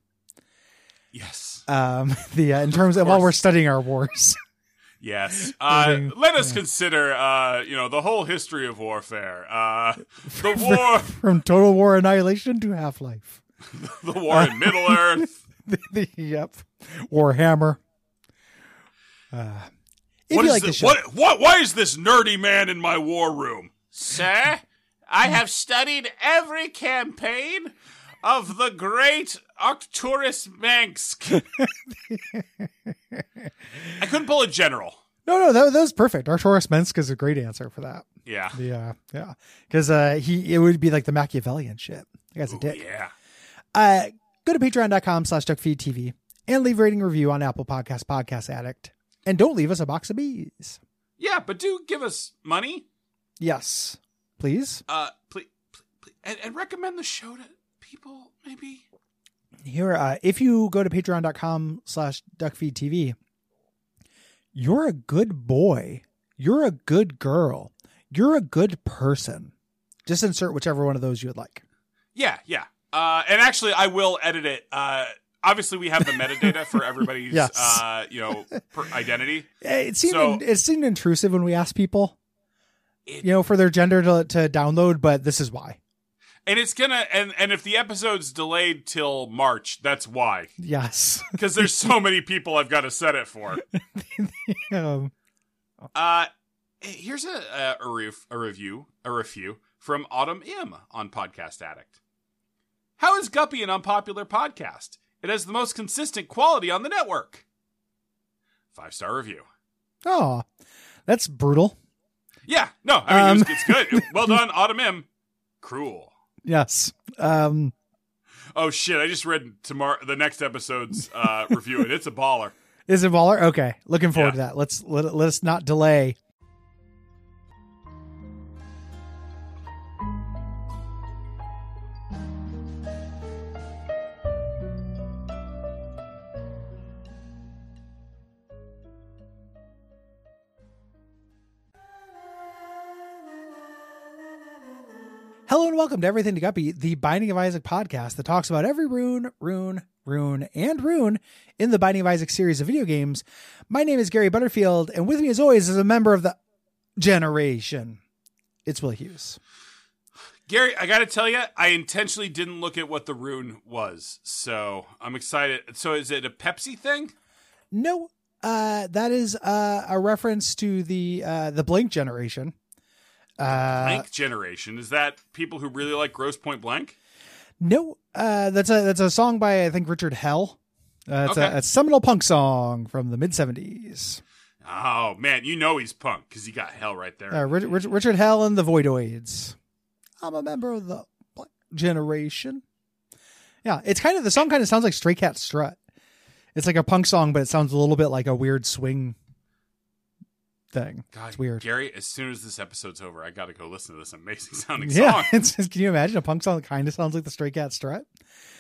Speaker 1: Yes.
Speaker 2: Um, the uh, in terms of, while
Speaker 1: course.
Speaker 2: we're studying our wars,
Speaker 1: Yes. Uh,
Speaker 2: Moving-
Speaker 1: let us consider, uh, you know, the whole history of warfare. Uh, the war,
Speaker 2: from Total War Annihilation to Half Life.
Speaker 1: the war in Middle
Speaker 2: Uh,
Speaker 1: Earth.
Speaker 2: yep, Warhammer. Uh, if
Speaker 1: What is
Speaker 2: you like
Speaker 1: thi-
Speaker 2: the show,
Speaker 1: what, what? Why is this nerdy man in my war room, sir? I have studied every campaign of the great Arcturus Mansk. I couldn't pull a general.
Speaker 2: no, no, that, that was perfect. Arturus Mensk is a great answer for that.
Speaker 1: Yeah.
Speaker 2: Yeah, yeah, because uh, he it would be like the Machiavellian shit. That guy's a
Speaker 1: Ooh,
Speaker 2: dick.
Speaker 1: yeah.
Speaker 2: uh, go to patreon.com slash duckfeedtv and leave a rating review on Apple Podcast Podcast Addict. And don't leave us a box of bees.
Speaker 1: Yeah, but do give us money.
Speaker 2: Yes, please.
Speaker 1: Uh, please, please and, and recommend the show to people. Maybe.
Speaker 2: Here, uh, if you go to patreon.com slash duckfeedtv, you're a good boy. You're a good girl. You're a good person. Just insert whichever one of those you would like.
Speaker 1: Yeah, yeah. Uh, and actually, I will edit it. Uh, obviously, we have the metadata for everybody's,
Speaker 2: Yes.
Speaker 1: uh, you know, per- identity.
Speaker 2: Eh, It seemed
Speaker 1: So-
Speaker 2: it seemed intrusive when we asked people,
Speaker 1: It-
Speaker 2: you know, for their gender to, to download, but this is why.
Speaker 1: And it's gonna and and if the episode's delayed till March, that's why.
Speaker 2: Yes.
Speaker 1: Because there's so many people I've got to set it for.
Speaker 2: um,
Speaker 1: Uh, here's a a, a, ref, a review a review from Autumn M on Podcast Addict. How is Guppy an unpopular podcast? It has the most consistent quality on the network. Five star review.
Speaker 2: Oh, that's brutal.
Speaker 1: Yeah, no, I mean it was-
Speaker 2: Um.
Speaker 1: it's good. Well done, Autumn M. Cruel.
Speaker 2: Yes. Um,
Speaker 1: Oh shit! I just read tomorrow the next episode's uh, review, and it's a baller.
Speaker 2: is it baller? Okay. Looking forward
Speaker 1: Yeah.
Speaker 2: to that. Let's let, let us not delay. Hello and welcome to Everything to Guppy, the Binding of Isaac podcast that talks about every rune, rune, rune, and rune in the Binding of Isaac series of video games. My name is Gary Butterfield, and with me, as always, is a member of the generation. It's Will Hughes.
Speaker 1: Gary, I gotta tell you, I intentionally didn't look at what the rune was, so I'm excited. So is it a Pepsi thing?
Speaker 2: No, uh, that is uh, a reference to the uh, the Blink generation. Uh,
Speaker 1: blank generation is that people who really like gross point blank
Speaker 2: no, uh, that's a that's a song by I think Richard Hell. Uh, it's
Speaker 1: Okay.
Speaker 2: a, a seminal punk song from the mid seventies.
Speaker 1: oh man you know he's punk because he got hell right there
Speaker 2: Uh, Richard, Richard, Richard Hell and the Voidoids. I'm a member of the Black generation. Yeah, it's kind of the song kind of sounds like Stray Cat Strut. It's like a punk song, but it sounds a little bit like a weird swing thing.
Speaker 1: God,
Speaker 2: it's weird.
Speaker 1: Gary, as soon as this episode's over, I got to go listen to this amazing sounding
Speaker 2: Yeah,
Speaker 1: song.
Speaker 2: it's, it's- can you imagine a punk song that kind of sounds like the Stray Cat Strut?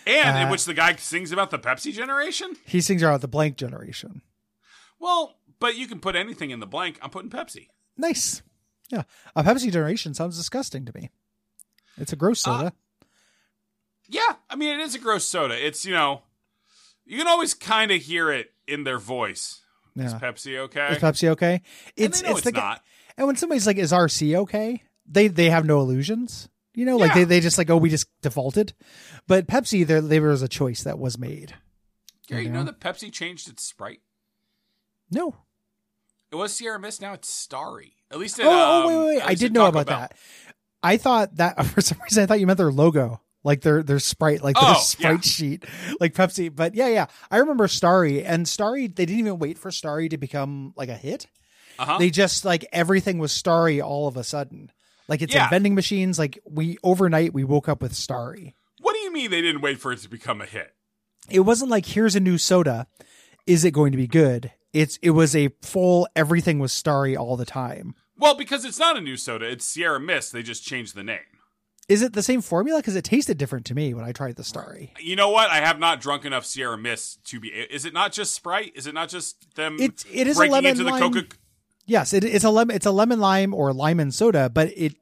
Speaker 1: And in
Speaker 2: Uh,
Speaker 1: which the guy sings about the Pepsi generation?
Speaker 2: He sings about the blank generation.
Speaker 1: Well, but you can put anything in the blank. I'm putting Pepsi.
Speaker 2: Nice. Yeah, a Pepsi generation sounds disgusting to me. It's a gross
Speaker 1: Uh,
Speaker 2: soda.
Speaker 1: Yeah, I mean, it is a gross soda. It's, you know, you can always kind of hear it in their voice. Is
Speaker 2: yeah,
Speaker 1: Pepsi okay?
Speaker 2: is Pepsi okay?
Speaker 1: and they know it's,
Speaker 2: the guy-
Speaker 1: not.
Speaker 2: And when somebody's like, "Is RC okay?" They they have no illusions. You know, like
Speaker 1: Yeah.
Speaker 2: they, they just like, "Oh, we just defaulted." But Pepsi, there there was a choice that was made.
Speaker 1: Gary, you
Speaker 2: you
Speaker 1: know
Speaker 2: know?
Speaker 1: that Pepsi changed its Sprite?
Speaker 2: No.
Speaker 1: It was Sierra Mist, now it's Starry. At least it,
Speaker 2: Oh, oh,
Speaker 1: um,
Speaker 2: wait, wait, wait!
Speaker 1: at
Speaker 2: I
Speaker 1: least
Speaker 2: did
Speaker 1: at
Speaker 2: know
Speaker 1: Taco
Speaker 2: about
Speaker 1: Bell.
Speaker 2: that. I thought that for some reason I thought you meant their logo, like their their sprite, like their
Speaker 1: Oh,
Speaker 2: sprite sheet, like Pepsi. But yeah, yeah, I remember Starry and Starry. They didn't even wait for Starry to become like a hit.
Speaker 1: Uh-huh.
Speaker 2: They just like everything was Starry all of a sudden. Like it's
Speaker 1: Yeah.
Speaker 2: in vending machines. Like we overnight we woke up with Starry.
Speaker 1: What do you mean they didn't wait for it to become a hit?
Speaker 2: it wasn't like here's a new soda is it going to be good it's it was a full everything was starry all the time
Speaker 1: Well, because it's not a new soda. It's Sierra Mist. They just changed the name.
Speaker 2: is it the same formula because it tasted different to me when i tried the starry
Speaker 1: You know what? I have not drunk enough Sierra Mist to be. Is it not just Sprite? Is it not just them
Speaker 2: It- it is a
Speaker 1: breaking
Speaker 2: lemon
Speaker 1: into the
Speaker 2: lime-
Speaker 1: Coca?
Speaker 2: yes it, it's a lemon it's a lemon lime or lime and soda but it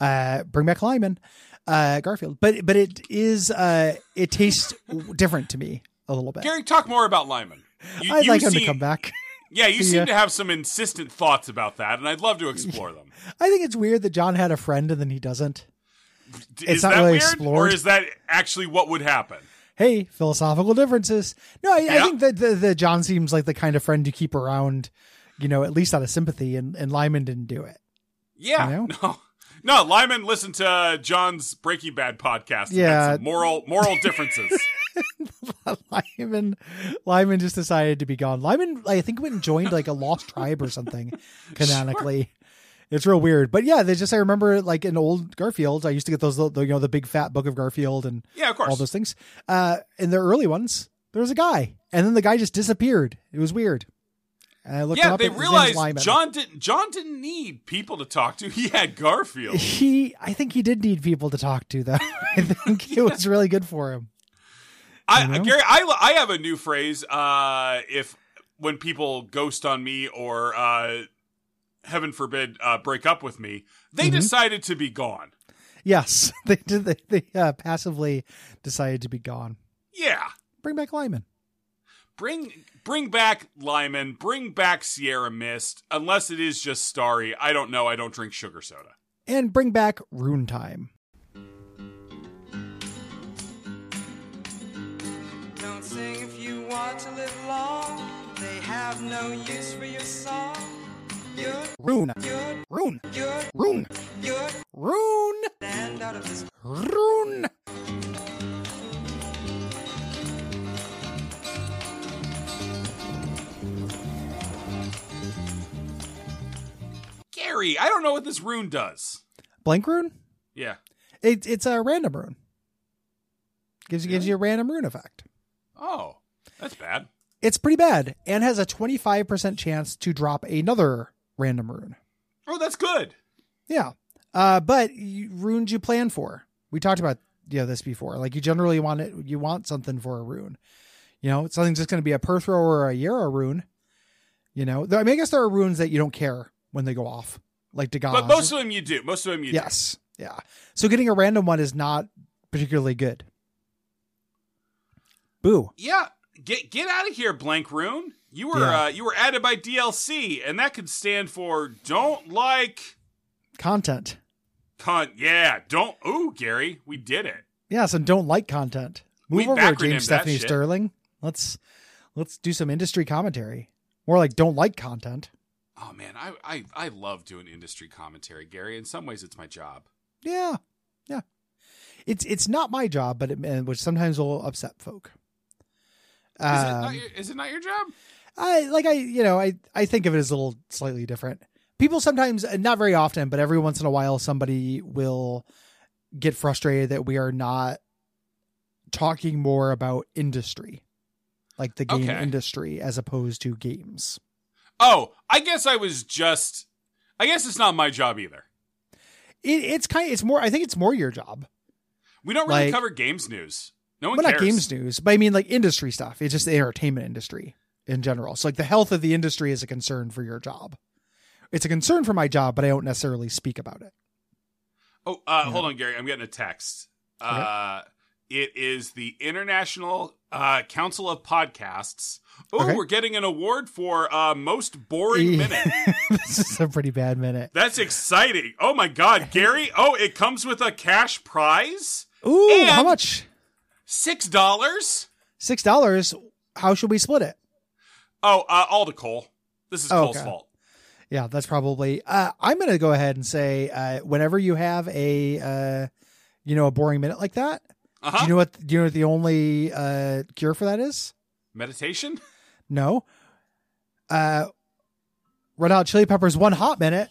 Speaker 2: uh bring back lyman uh garfield but but it is uh it tastes w- different to me a little bit
Speaker 1: Gary, talk more about Lyman. You,
Speaker 2: i'd
Speaker 1: you
Speaker 2: like him to
Speaker 1: seem-
Speaker 2: come back
Speaker 1: Yeah, you
Speaker 2: Yeah.
Speaker 1: seem to have some insistent thoughts about that, and I'd love to explore them.
Speaker 2: i think it's weird that john had a friend and then he doesn't
Speaker 1: D-
Speaker 2: It's
Speaker 1: is
Speaker 2: not
Speaker 1: that
Speaker 2: really
Speaker 1: weird,
Speaker 2: explored.
Speaker 1: or is that actually what would happen?
Speaker 2: hey, philosophical differences. No, I, I
Speaker 1: Yeah.
Speaker 2: think that the, the John seems like the kind of friend you keep around, you know, at least out of sympathy. And, and Lyman didn't do it.
Speaker 1: Yeah,
Speaker 2: You know?
Speaker 1: no, no. Lyman, listen to uh, John's Breaking Bad podcast. and
Speaker 2: Yeah.
Speaker 1: had some moral moral differences.
Speaker 2: Lyman, Lyman just decided to be gone. Lyman, I think, went and joined like a lost tribe or something, canonically. It's real weird, but yeah, they just I remember like in old Garfield, I used to get those little, you know, the big fat book of Garfield and
Speaker 1: yeah, of course.
Speaker 2: all those things. Uh, in the early ones, there was a guy, and then the guy just disappeared. It was weird. And I looked him
Speaker 1: yeah,
Speaker 2: up.
Speaker 1: they
Speaker 2: and his name's
Speaker 1: realized
Speaker 2: Lyman.
Speaker 1: John didn't. John didn't need people to talk to. He had Garfield.
Speaker 2: he i think he did need people to talk to though i think it was really good for him
Speaker 1: I,
Speaker 2: You know?
Speaker 1: Gary, I, I have a new phrase. Uh, if when people ghost on me or uh, heaven forbid, uh, break up with me, they
Speaker 2: Mhm.
Speaker 1: decided to be gone.
Speaker 2: yes they did they, they uh, passively decided to be gone
Speaker 1: Yeah,
Speaker 2: bring back lyman
Speaker 1: bring bring back Lyman, bring back Sierra Mist, unless it is just Starry. I don't know. I don't drink sugar soda.
Speaker 2: and bring back rune time
Speaker 3: Don't sing if you want to live long. They have no use for your song. You're,
Speaker 2: rune
Speaker 3: you're,
Speaker 2: rune
Speaker 3: you're,
Speaker 2: rune
Speaker 3: you're,
Speaker 2: rune
Speaker 3: stand out of this.
Speaker 2: rune
Speaker 1: Gary, I don't know what this rune does.
Speaker 2: blank rune
Speaker 1: Yeah.
Speaker 2: it, it's a random rune gives you gives you a random rune effect
Speaker 1: Oh, that's bad.
Speaker 2: it's pretty bad and has a 25% chance to drop another random rune
Speaker 1: Oh, that's good.
Speaker 2: Yeah. Uh, but you, runes you plan for. We talked about you know this before. Like you generally want it. You want something for a rune. You know, something's just going to be a per throw or a Yara rune. You know, Though- I mean, I guess there are runes that you don't care when they go off, like Dagon.
Speaker 1: But most of them you do. Most of them you do.
Speaker 2: yes, yeah. So getting a random one is not particularly good. Boo.
Speaker 1: Yeah, get get out of here, blank rune. You were
Speaker 2: Yeah.
Speaker 1: uh, you were added by DLC, and that could stand for don't like
Speaker 2: Content.
Speaker 1: con. Yeah, don't. Ooh, Gary, we did it.
Speaker 2: Yes, and don't like content.
Speaker 1: We
Speaker 2: Move over,
Speaker 1: backronymed that
Speaker 2: James Stephanie
Speaker 1: shit.
Speaker 2: Sterling. Let's let's do some industry commentary. More like don't like content.
Speaker 1: Oh man, I I I love doing industry commentary, Gary. In some ways, it's my job.
Speaker 2: Yeah, yeah. It's it's not my job, but it and which sometimes will upset folk.
Speaker 1: Is, it
Speaker 2: Um,
Speaker 1: not your, is it not your job?
Speaker 2: I like I you know I I think of it as a little slightly different. People sometimes, and not very often, but every once in a while, somebody will get frustrated that we are not talking more about industry, like the game
Speaker 1: Okay.
Speaker 2: industry, as opposed to games.
Speaker 1: Oh, I guess I was just. I guess it's not my job either.
Speaker 2: It, it's kind of, it's more, I think it's more your job.
Speaker 1: We don't really
Speaker 2: Like-
Speaker 1: cover games news. No one
Speaker 2: well,
Speaker 1: cares.
Speaker 2: not games news, but I mean like industry stuff. It's just the entertainment industry in general. So like the health of the industry is a concern for your job. It's a concern for my job, but I don't necessarily speak about it.
Speaker 1: Oh, uh,
Speaker 2: Yeah.
Speaker 1: hold on, Gary. I'm getting a text. Uh, it is the International uh, Council of Podcasts. Oh,
Speaker 2: Okay.
Speaker 1: we're getting an award for uh, most boring
Speaker 2: Yeah.
Speaker 1: minute.
Speaker 2: this is a pretty bad minute.
Speaker 1: That's exciting. Oh my God, Gary. Oh, it comes with a cash prize?
Speaker 2: Ooh, how
Speaker 1: And-
Speaker 2: much?
Speaker 1: $6?
Speaker 2: Six dollars. How should we split it?
Speaker 1: Oh, uh, all to Cole. This is
Speaker 2: Oh,
Speaker 1: Cole's
Speaker 2: okay.
Speaker 1: fault.
Speaker 2: Yeah, that's probably. Uh, I'm going to go ahead and say, uh, whenever you have a, uh, you know, a boring minute like that,
Speaker 1: Uh
Speaker 2: do
Speaker 1: huh.
Speaker 2: you know what? Do you know what the only uh, cure for that is?
Speaker 1: Meditation?
Speaker 2: No. Uh, Red Hot Chili Peppers, one hot minute.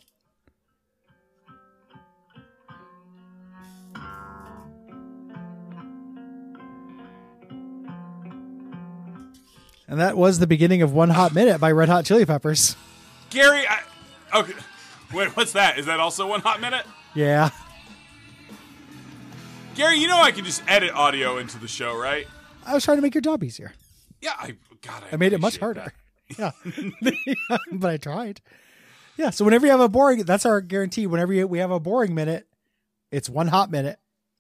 Speaker 2: And that was the beginning of One Hot Minute by Red Hot Chili Peppers.
Speaker 1: Gary, I. Okay. Wait, what's that? Is that also one hot minute?
Speaker 2: Yeah.
Speaker 1: Gary, you know I can just edit audio into the show, right?
Speaker 2: I was trying to make your job easier.
Speaker 1: Yeah, I God, I,
Speaker 2: I made it much
Speaker 1: appreciate
Speaker 2: harder. Yeah. but I tried. Yeah. So whenever you have a boring, that's our guarantee. Whenever you, we have a boring minute, it's one hot minute.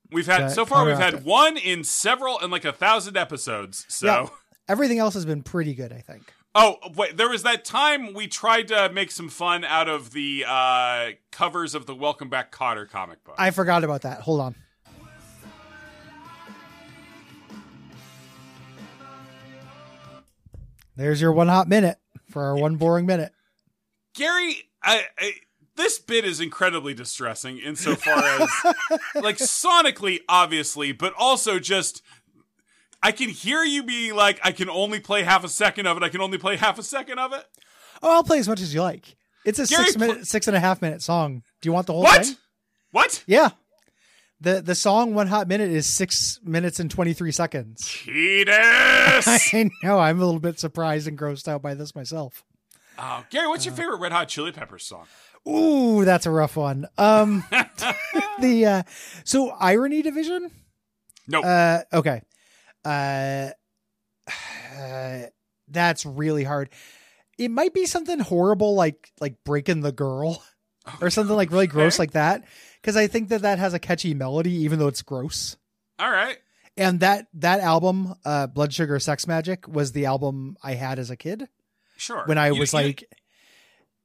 Speaker 1: that. We've had
Speaker 2: That
Speaker 1: so far, we've
Speaker 2: counteract
Speaker 1: had
Speaker 2: it.
Speaker 1: one in several in like a thousand episodes. So,
Speaker 2: Yeah. Everything else has been pretty good, I think.
Speaker 1: oh wait, there was that time we tried to make some fun out of the uh, covers of the Welcome Back Cotter comic book.
Speaker 2: I forgot about that. Hold on. There's your one hot minute for our one boring minute.
Speaker 1: Gary, I, I, this bit is incredibly distressing insofar as, like, sonically, obviously, but also just. I can hear you being like, I can only play half a second of it. I can only play half a second of it.
Speaker 2: Oh, I'll play as much as you like. It's a
Speaker 1: Gary,
Speaker 2: six minute, six and a half minute song. Do you want the whole
Speaker 1: What?
Speaker 2: thing?
Speaker 1: What?
Speaker 2: Yeah. The the song One Hot Minute is six minutes and twenty three seconds.
Speaker 1: Cheetus!
Speaker 2: I know, I'm a little bit surprised and grossed out by this myself.
Speaker 1: oh, Gary, what's
Speaker 2: Uh.
Speaker 1: your favorite Red Hot Chili Peppers song?
Speaker 2: Ooh, that's a rough one. Um the uh so irony division?
Speaker 1: No.
Speaker 2: Uh okay. Uh, uh that's really hard. It might be something horrible like like breaking the girl or something like really gross
Speaker 1: Okay.
Speaker 2: like that cuz I think that that has a catchy melody even though it's gross.
Speaker 1: All right.
Speaker 2: and that that album uh blood sugar sex magic was the album i had as a kid
Speaker 1: Sure.
Speaker 2: when i
Speaker 1: You-
Speaker 2: was
Speaker 1: you-
Speaker 2: like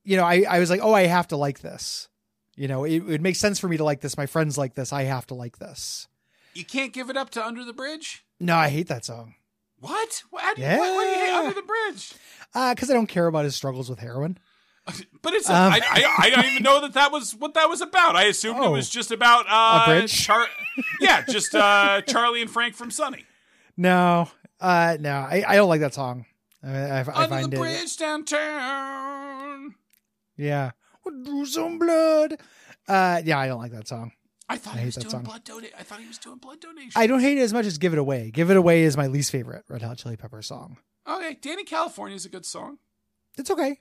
Speaker 2: you know I, I was like oh i have to like this you know it, it makes sense for me to like this my friends like this i have to like this
Speaker 1: You can't give it up to Under the Bridge?
Speaker 2: no i hate that song
Speaker 1: What? What, how do you, what, what do you hate
Speaker 2: Yeah.
Speaker 1: Under the Bridge?
Speaker 2: because Uh, i don't care about his struggles with heroin
Speaker 1: But it's
Speaker 2: Um,
Speaker 1: I, I I don't even know that that was what that was about. I assumed it
Speaker 2: Oh.
Speaker 1: was just about uh
Speaker 2: A bridge?
Speaker 1: Char- yeah, just uh Charlie and Frank from Sunny.
Speaker 2: no uh no i, I don't like that song i, I, I
Speaker 1: Under
Speaker 2: find
Speaker 1: the
Speaker 2: it
Speaker 1: bridge downtown.
Speaker 2: yeah drew some blood uh yeah i don't like that song
Speaker 1: I thought
Speaker 2: I
Speaker 1: he
Speaker 2: hate
Speaker 1: was
Speaker 2: that
Speaker 1: doing
Speaker 2: song.
Speaker 1: blood donation. I thought he was doing blood donation.
Speaker 2: i don't hate it as much as give it away give it away is my least favorite red hot chili pepper song
Speaker 1: Okay, Danny California is a good song.
Speaker 2: it's okay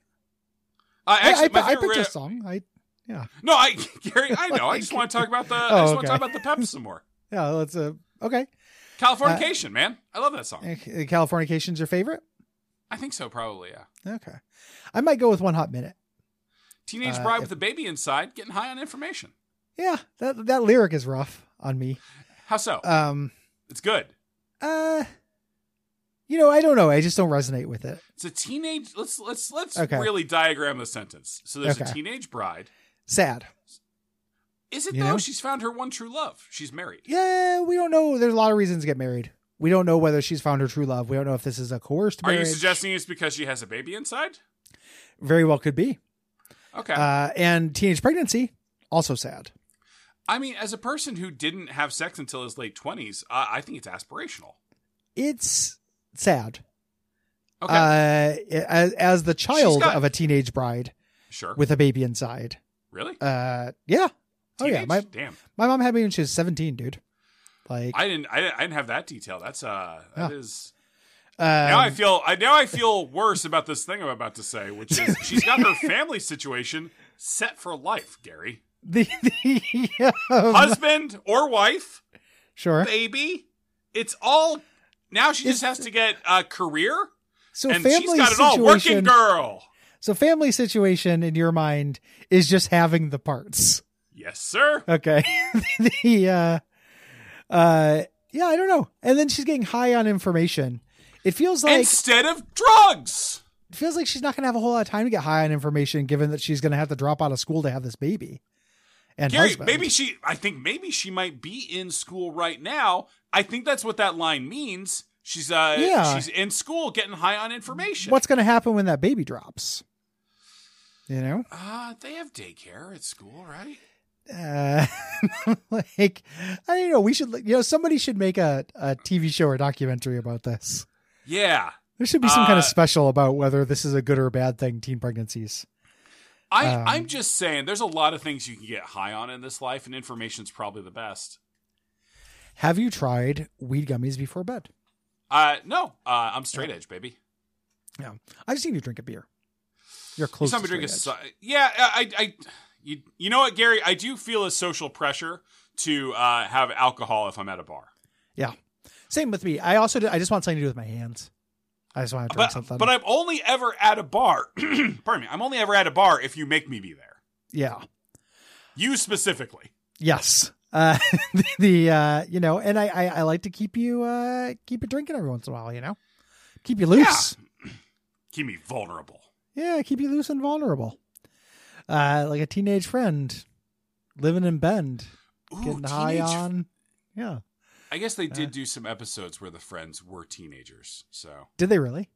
Speaker 1: Uh,
Speaker 2: I-
Speaker 1: actually,
Speaker 2: I,
Speaker 1: my
Speaker 2: I,
Speaker 1: favorite-
Speaker 2: picked this song. I
Speaker 1: No, I Gary, I know. I just want to talk about the I
Speaker 2: Oh,
Speaker 1: just want to
Speaker 2: okay.
Speaker 1: talk about the Peps some more.
Speaker 2: yeah, that's a okay.
Speaker 1: Californication, man. I love that song.
Speaker 2: Eh, Californication's your favorite?
Speaker 1: I think so, probably, yeah.
Speaker 2: Okay, I might go with one hot minute.
Speaker 1: Teenage
Speaker 2: Uh,
Speaker 1: bride
Speaker 2: if-
Speaker 1: with a baby inside, getting high on information.
Speaker 2: Yeah, that that lyric is rough on me.
Speaker 1: How so?
Speaker 2: Um,
Speaker 1: it's good.
Speaker 2: uh, you know, I don't know. I just don't resonate with it.
Speaker 1: It's a teenage. Let's let's let's
Speaker 2: Okay.
Speaker 1: really diagram the sentence. So there's a
Speaker 2: Okay.
Speaker 1: teenage bride.
Speaker 2: Sad.
Speaker 1: Is it
Speaker 2: You
Speaker 1: though?
Speaker 2: know?
Speaker 1: She's found her one true love. She's married.
Speaker 2: Yeah, we don't know. There's a lot of reasons to get married. We don't know whether she's found her true love. We don't know if this is a coerced
Speaker 1: Are
Speaker 2: marriage.
Speaker 1: you suggesting it's because she has a baby inside?
Speaker 2: Very well could be.
Speaker 1: Okay.
Speaker 2: Uh, and teenage pregnancy also sad.
Speaker 1: I mean, as a person who didn't have sex until his late twenties, uh, I think it's aspirational.
Speaker 2: It's sad.
Speaker 1: Okay.
Speaker 2: Uh, as, as the child
Speaker 1: got-
Speaker 2: of a teenage bride
Speaker 1: sure.
Speaker 2: with a baby inside.
Speaker 1: really?
Speaker 2: Uh, yeah. Oh yeah,
Speaker 1: Teenage?
Speaker 2: my
Speaker 1: damn.
Speaker 2: my mom had me when she was seventeen, dude. Like, Oh.
Speaker 1: I didn't. I didn't, I didn't have that detail. That's uh. That
Speaker 2: Yeah.
Speaker 1: is. now
Speaker 2: Um,
Speaker 1: I feel I now I feel worse about this thing I'm about to say, which is she's got her family situation set for life, Gary.
Speaker 2: The, the um,
Speaker 1: Husband or wife,
Speaker 2: sure.
Speaker 1: baby, it's all now she just has to get a career
Speaker 2: So
Speaker 1: and
Speaker 2: family
Speaker 1: she's got it all.
Speaker 2: situation.
Speaker 1: Working girl.
Speaker 2: So family situation in your mind is just having the parts.
Speaker 1: Yes, sir.
Speaker 2: Okay. the uh uh yeah, I don't know. And then she's getting high on information. It feels like
Speaker 1: Instead of drugs.
Speaker 2: it feels like she's not gonna have a whole lot of time to get high on information given that she's gonna have to drop out of school to have this baby. And
Speaker 1: Gary,
Speaker 2: husband.
Speaker 1: maybe she I think maybe she might be in school right now. I think that's what that line means. She's uh
Speaker 2: Yeah.
Speaker 1: she's in school getting high on information.
Speaker 2: what's gonna happen when that baby drops? You know?
Speaker 1: uh they have daycare at school, right?
Speaker 2: uh, like I don't know. We should, you know, somebody should make a, a TV show or documentary about this.
Speaker 1: Yeah.
Speaker 2: There should be some kind
Speaker 1: Uh,
Speaker 2: of special about whether this is a good or a bad thing. Teen pregnancies.
Speaker 1: I,
Speaker 2: Um,
Speaker 1: I'm just saying, there's a lot of things you can get high on in this life, and information's probably the best.
Speaker 2: Have you tried weed gummies before bed?
Speaker 1: Uh, no, uh, I'm straight edge, baby.
Speaker 2: No, I just need you to drink a beer. You're
Speaker 1: You
Speaker 2: close.
Speaker 1: saw
Speaker 2: to
Speaker 1: me drink a.
Speaker 2: straight
Speaker 1: so- Yeah, I, I, I- you, you know what, Gary? I do feel a social pressure to uh, have alcohol if I'm at a bar,
Speaker 2: edge. Yeah, same with me. I also did, I just want something to do with my hands. I just want to drink
Speaker 1: but
Speaker 2: something.
Speaker 1: but I'm only ever at a bar. pardon me, I'm only ever at a bar if you make me be there.
Speaker 2: yeah,
Speaker 1: You specifically.
Speaker 2: yes. Uh, the, the uh, you know, and I, I I like to keep you uh keep you drinking every once in a while. You know, keep you loose.
Speaker 1: Keep me vulnerable.
Speaker 2: Yeah, keep you loose and vulnerable. Uh, like a teenage friend living in Bend,
Speaker 1: Ooh,
Speaker 2: getting high
Speaker 1: Oh, teenage-
Speaker 2: on. Yeah.
Speaker 1: I guess they did do some episodes where the friends were teenagers. So
Speaker 2: Did they really?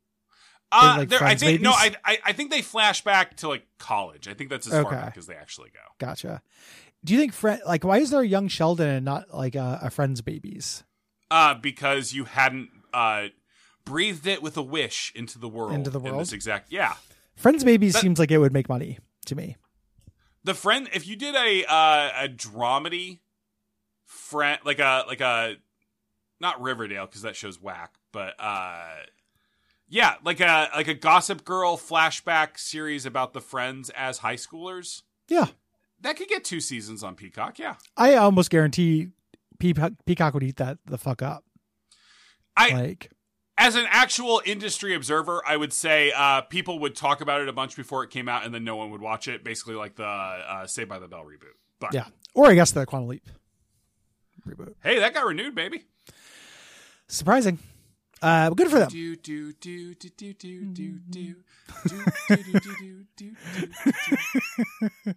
Speaker 1: Uh,
Speaker 2: like,
Speaker 1: there- I
Speaker 2: friends'
Speaker 1: think no, I,
Speaker 2: babies?
Speaker 1: I I think they flash back to like college. I think that's as far
Speaker 2: Okay.
Speaker 1: back as they actually go.
Speaker 2: Gotcha. Do you think friend like why is there a young Sheldon and not like a, a friend's babies
Speaker 1: Uh, because you hadn't uh breathed it with a wish into the world.
Speaker 2: Into the
Speaker 1: in
Speaker 2: world?
Speaker 1: this exact yeah.
Speaker 2: friends babies
Speaker 1: That-
Speaker 2: seems like it would make money to me.
Speaker 1: The friend, if you did a uh, a dramedy, friend like a like a not Riverdale because that show's whack, but uh. Yeah, like a like a Gossip Girl flashback series about the friends as high schoolers.
Speaker 2: Yeah,
Speaker 1: That could get two seasons on Peacock. Yeah,
Speaker 2: I almost guarantee Peacock, Peacock would eat that the fuck up.
Speaker 1: I
Speaker 2: like
Speaker 1: as an actual industry observer, I would say uh, people would talk about it a bunch before it came out, and then no one would watch it. Basically, like the uh, Saved by the Bell reboot. But
Speaker 2: yeah, or I guess the Quantum Leap reboot.
Speaker 1: hey, that got renewed, baby.
Speaker 2: Surprising. Uh, good for them.
Speaker 1: Do do do do do do do do do do do do do do.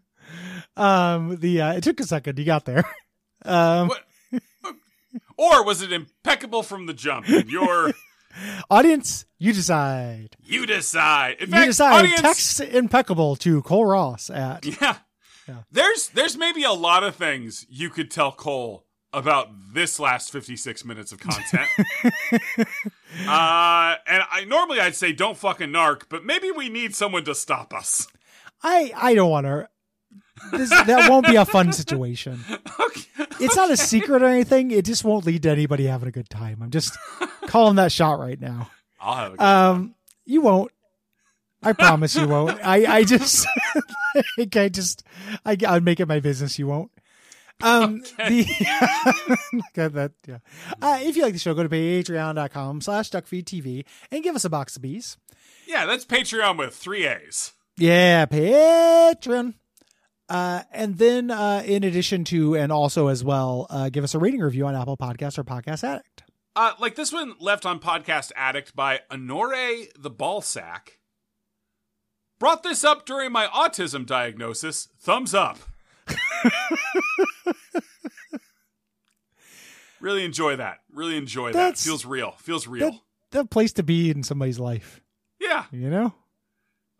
Speaker 2: Um, the uh, it took a second. You got there. Um,
Speaker 1: What? Or was it impeccable from the jump? And Your
Speaker 2: Audience, you decide.
Speaker 1: you decide. In
Speaker 2: you
Speaker 1: fact,
Speaker 2: decide.
Speaker 1: audience,
Speaker 2: Text impeccable to Cole Ross at.
Speaker 1: Yeah.
Speaker 2: Yeah.
Speaker 1: There's there's maybe a lot of things you could tell Cole about this last 56 minutes of content. uh, and I normally I'd say don't fucking narc, but maybe we need someone to stop us.
Speaker 2: I I don't want to. This, that won't be a fun situation.
Speaker 1: Okay.
Speaker 2: It's not a secret or anything. It just won't lead to anybody having a good time. I'm just calling that shot right now.
Speaker 1: I'll have a good
Speaker 2: Um, you won't. I promise you won't. I I just like I just I I'll make it my business. You won't. Um, the God, that yeah. Uh, if you like the show, go to patreon.com slash duckfeedtv and give us a box of bees.
Speaker 1: Yeah, that's Patreon with 3 A's.
Speaker 2: Yeah, patron. Uh, and then, uh, in addition to, and also as well, uh, give us a rating review on Apple Podcasts or Podcast Addict.
Speaker 1: Uh, like this one left on Podcast Addict by Honore the Ballsack. Brought this up during my autism diagnosis. Thumbs up. really enjoy that. Really enjoy that.
Speaker 2: That's-
Speaker 1: Feels real. Feels real.
Speaker 2: That, that place to be in somebody's life,
Speaker 1: yeah.
Speaker 2: you know?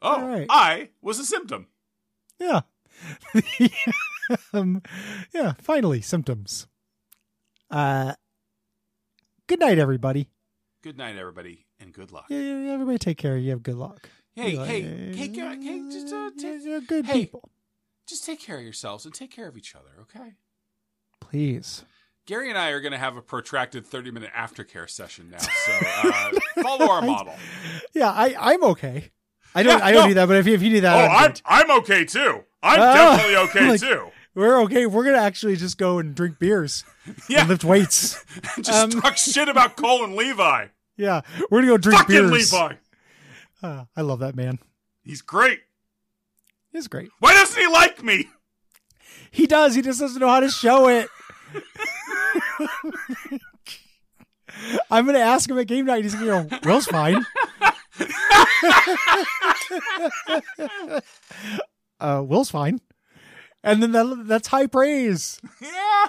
Speaker 1: Oh,
Speaker 2: alright.
Speaker 1: I was a symptom.
Speaker 2: Yeah. um, yeah, finally, symptoms. Uh, good night, everybody.
Speaker 1: Good night, everybody, and good luck.
Speaker 2: Yeah, yeah, yeah, everybody take care. You have good luck.
Speaker 1: Hey,
Speaker 2: You know,
Speaker 1: hey,
Speaker 2: yeah,
Speaker 1: hey, good- hey, just, uh,
Speaker 2: yeah,
Speaker 1: take-
Speaker 2: you're good
Speaker 1: hey.
Speaker 2: people.
Speaker 1: Just take care of yourselves and take care of each other, okay?
Speaker 2: Please.
Speaker 1: Gary and I are going to have a protracted 30 minute aftercare session now. So uh, follow our model.
Speaker 2: Yeah, I I'm okay. I don't
Speaker 1: Yeah,
Speaker 2: I don't
Speaker 1: no.
Speaker 2: need that, but if you, if you need that,
Speaker 1: Oh,
Speaker 2: I'm
Speaker 1: I'm,
Speaker 2: good.
Speaker 1: I'm okay too. I'm
Speaker 2: Oh,
Speaker 1: definitely okay
Speaker 2: like-
Speaker 1: too.
Speaker 2: we're okay. We're gonna actually just go and drink beers
Speaker 1: Yeah.
Speaker 2: and lift weights.
Speaker 1: Just
Speaker 2: um,
Speaker 1: talk shit about Cole and Levi.
Speaker 2: yeah, we're gonna go drink
Speaker 1: Fucking
Speaker 2: beers.
Speaker 1: Levi.
Speaker 2: Uh, I love that man.
Speaker 1: He's great.
Speaker 2: He's great.
Speaker 1: Why doesn't he like me?
Speaker 2: He does. He just doesn't know how to show it. I'm gonna ask him at game night. He's gonna go. Will's fine. uh, Will's fine, and then that, that's high praise.
Speaker 1: Yeah.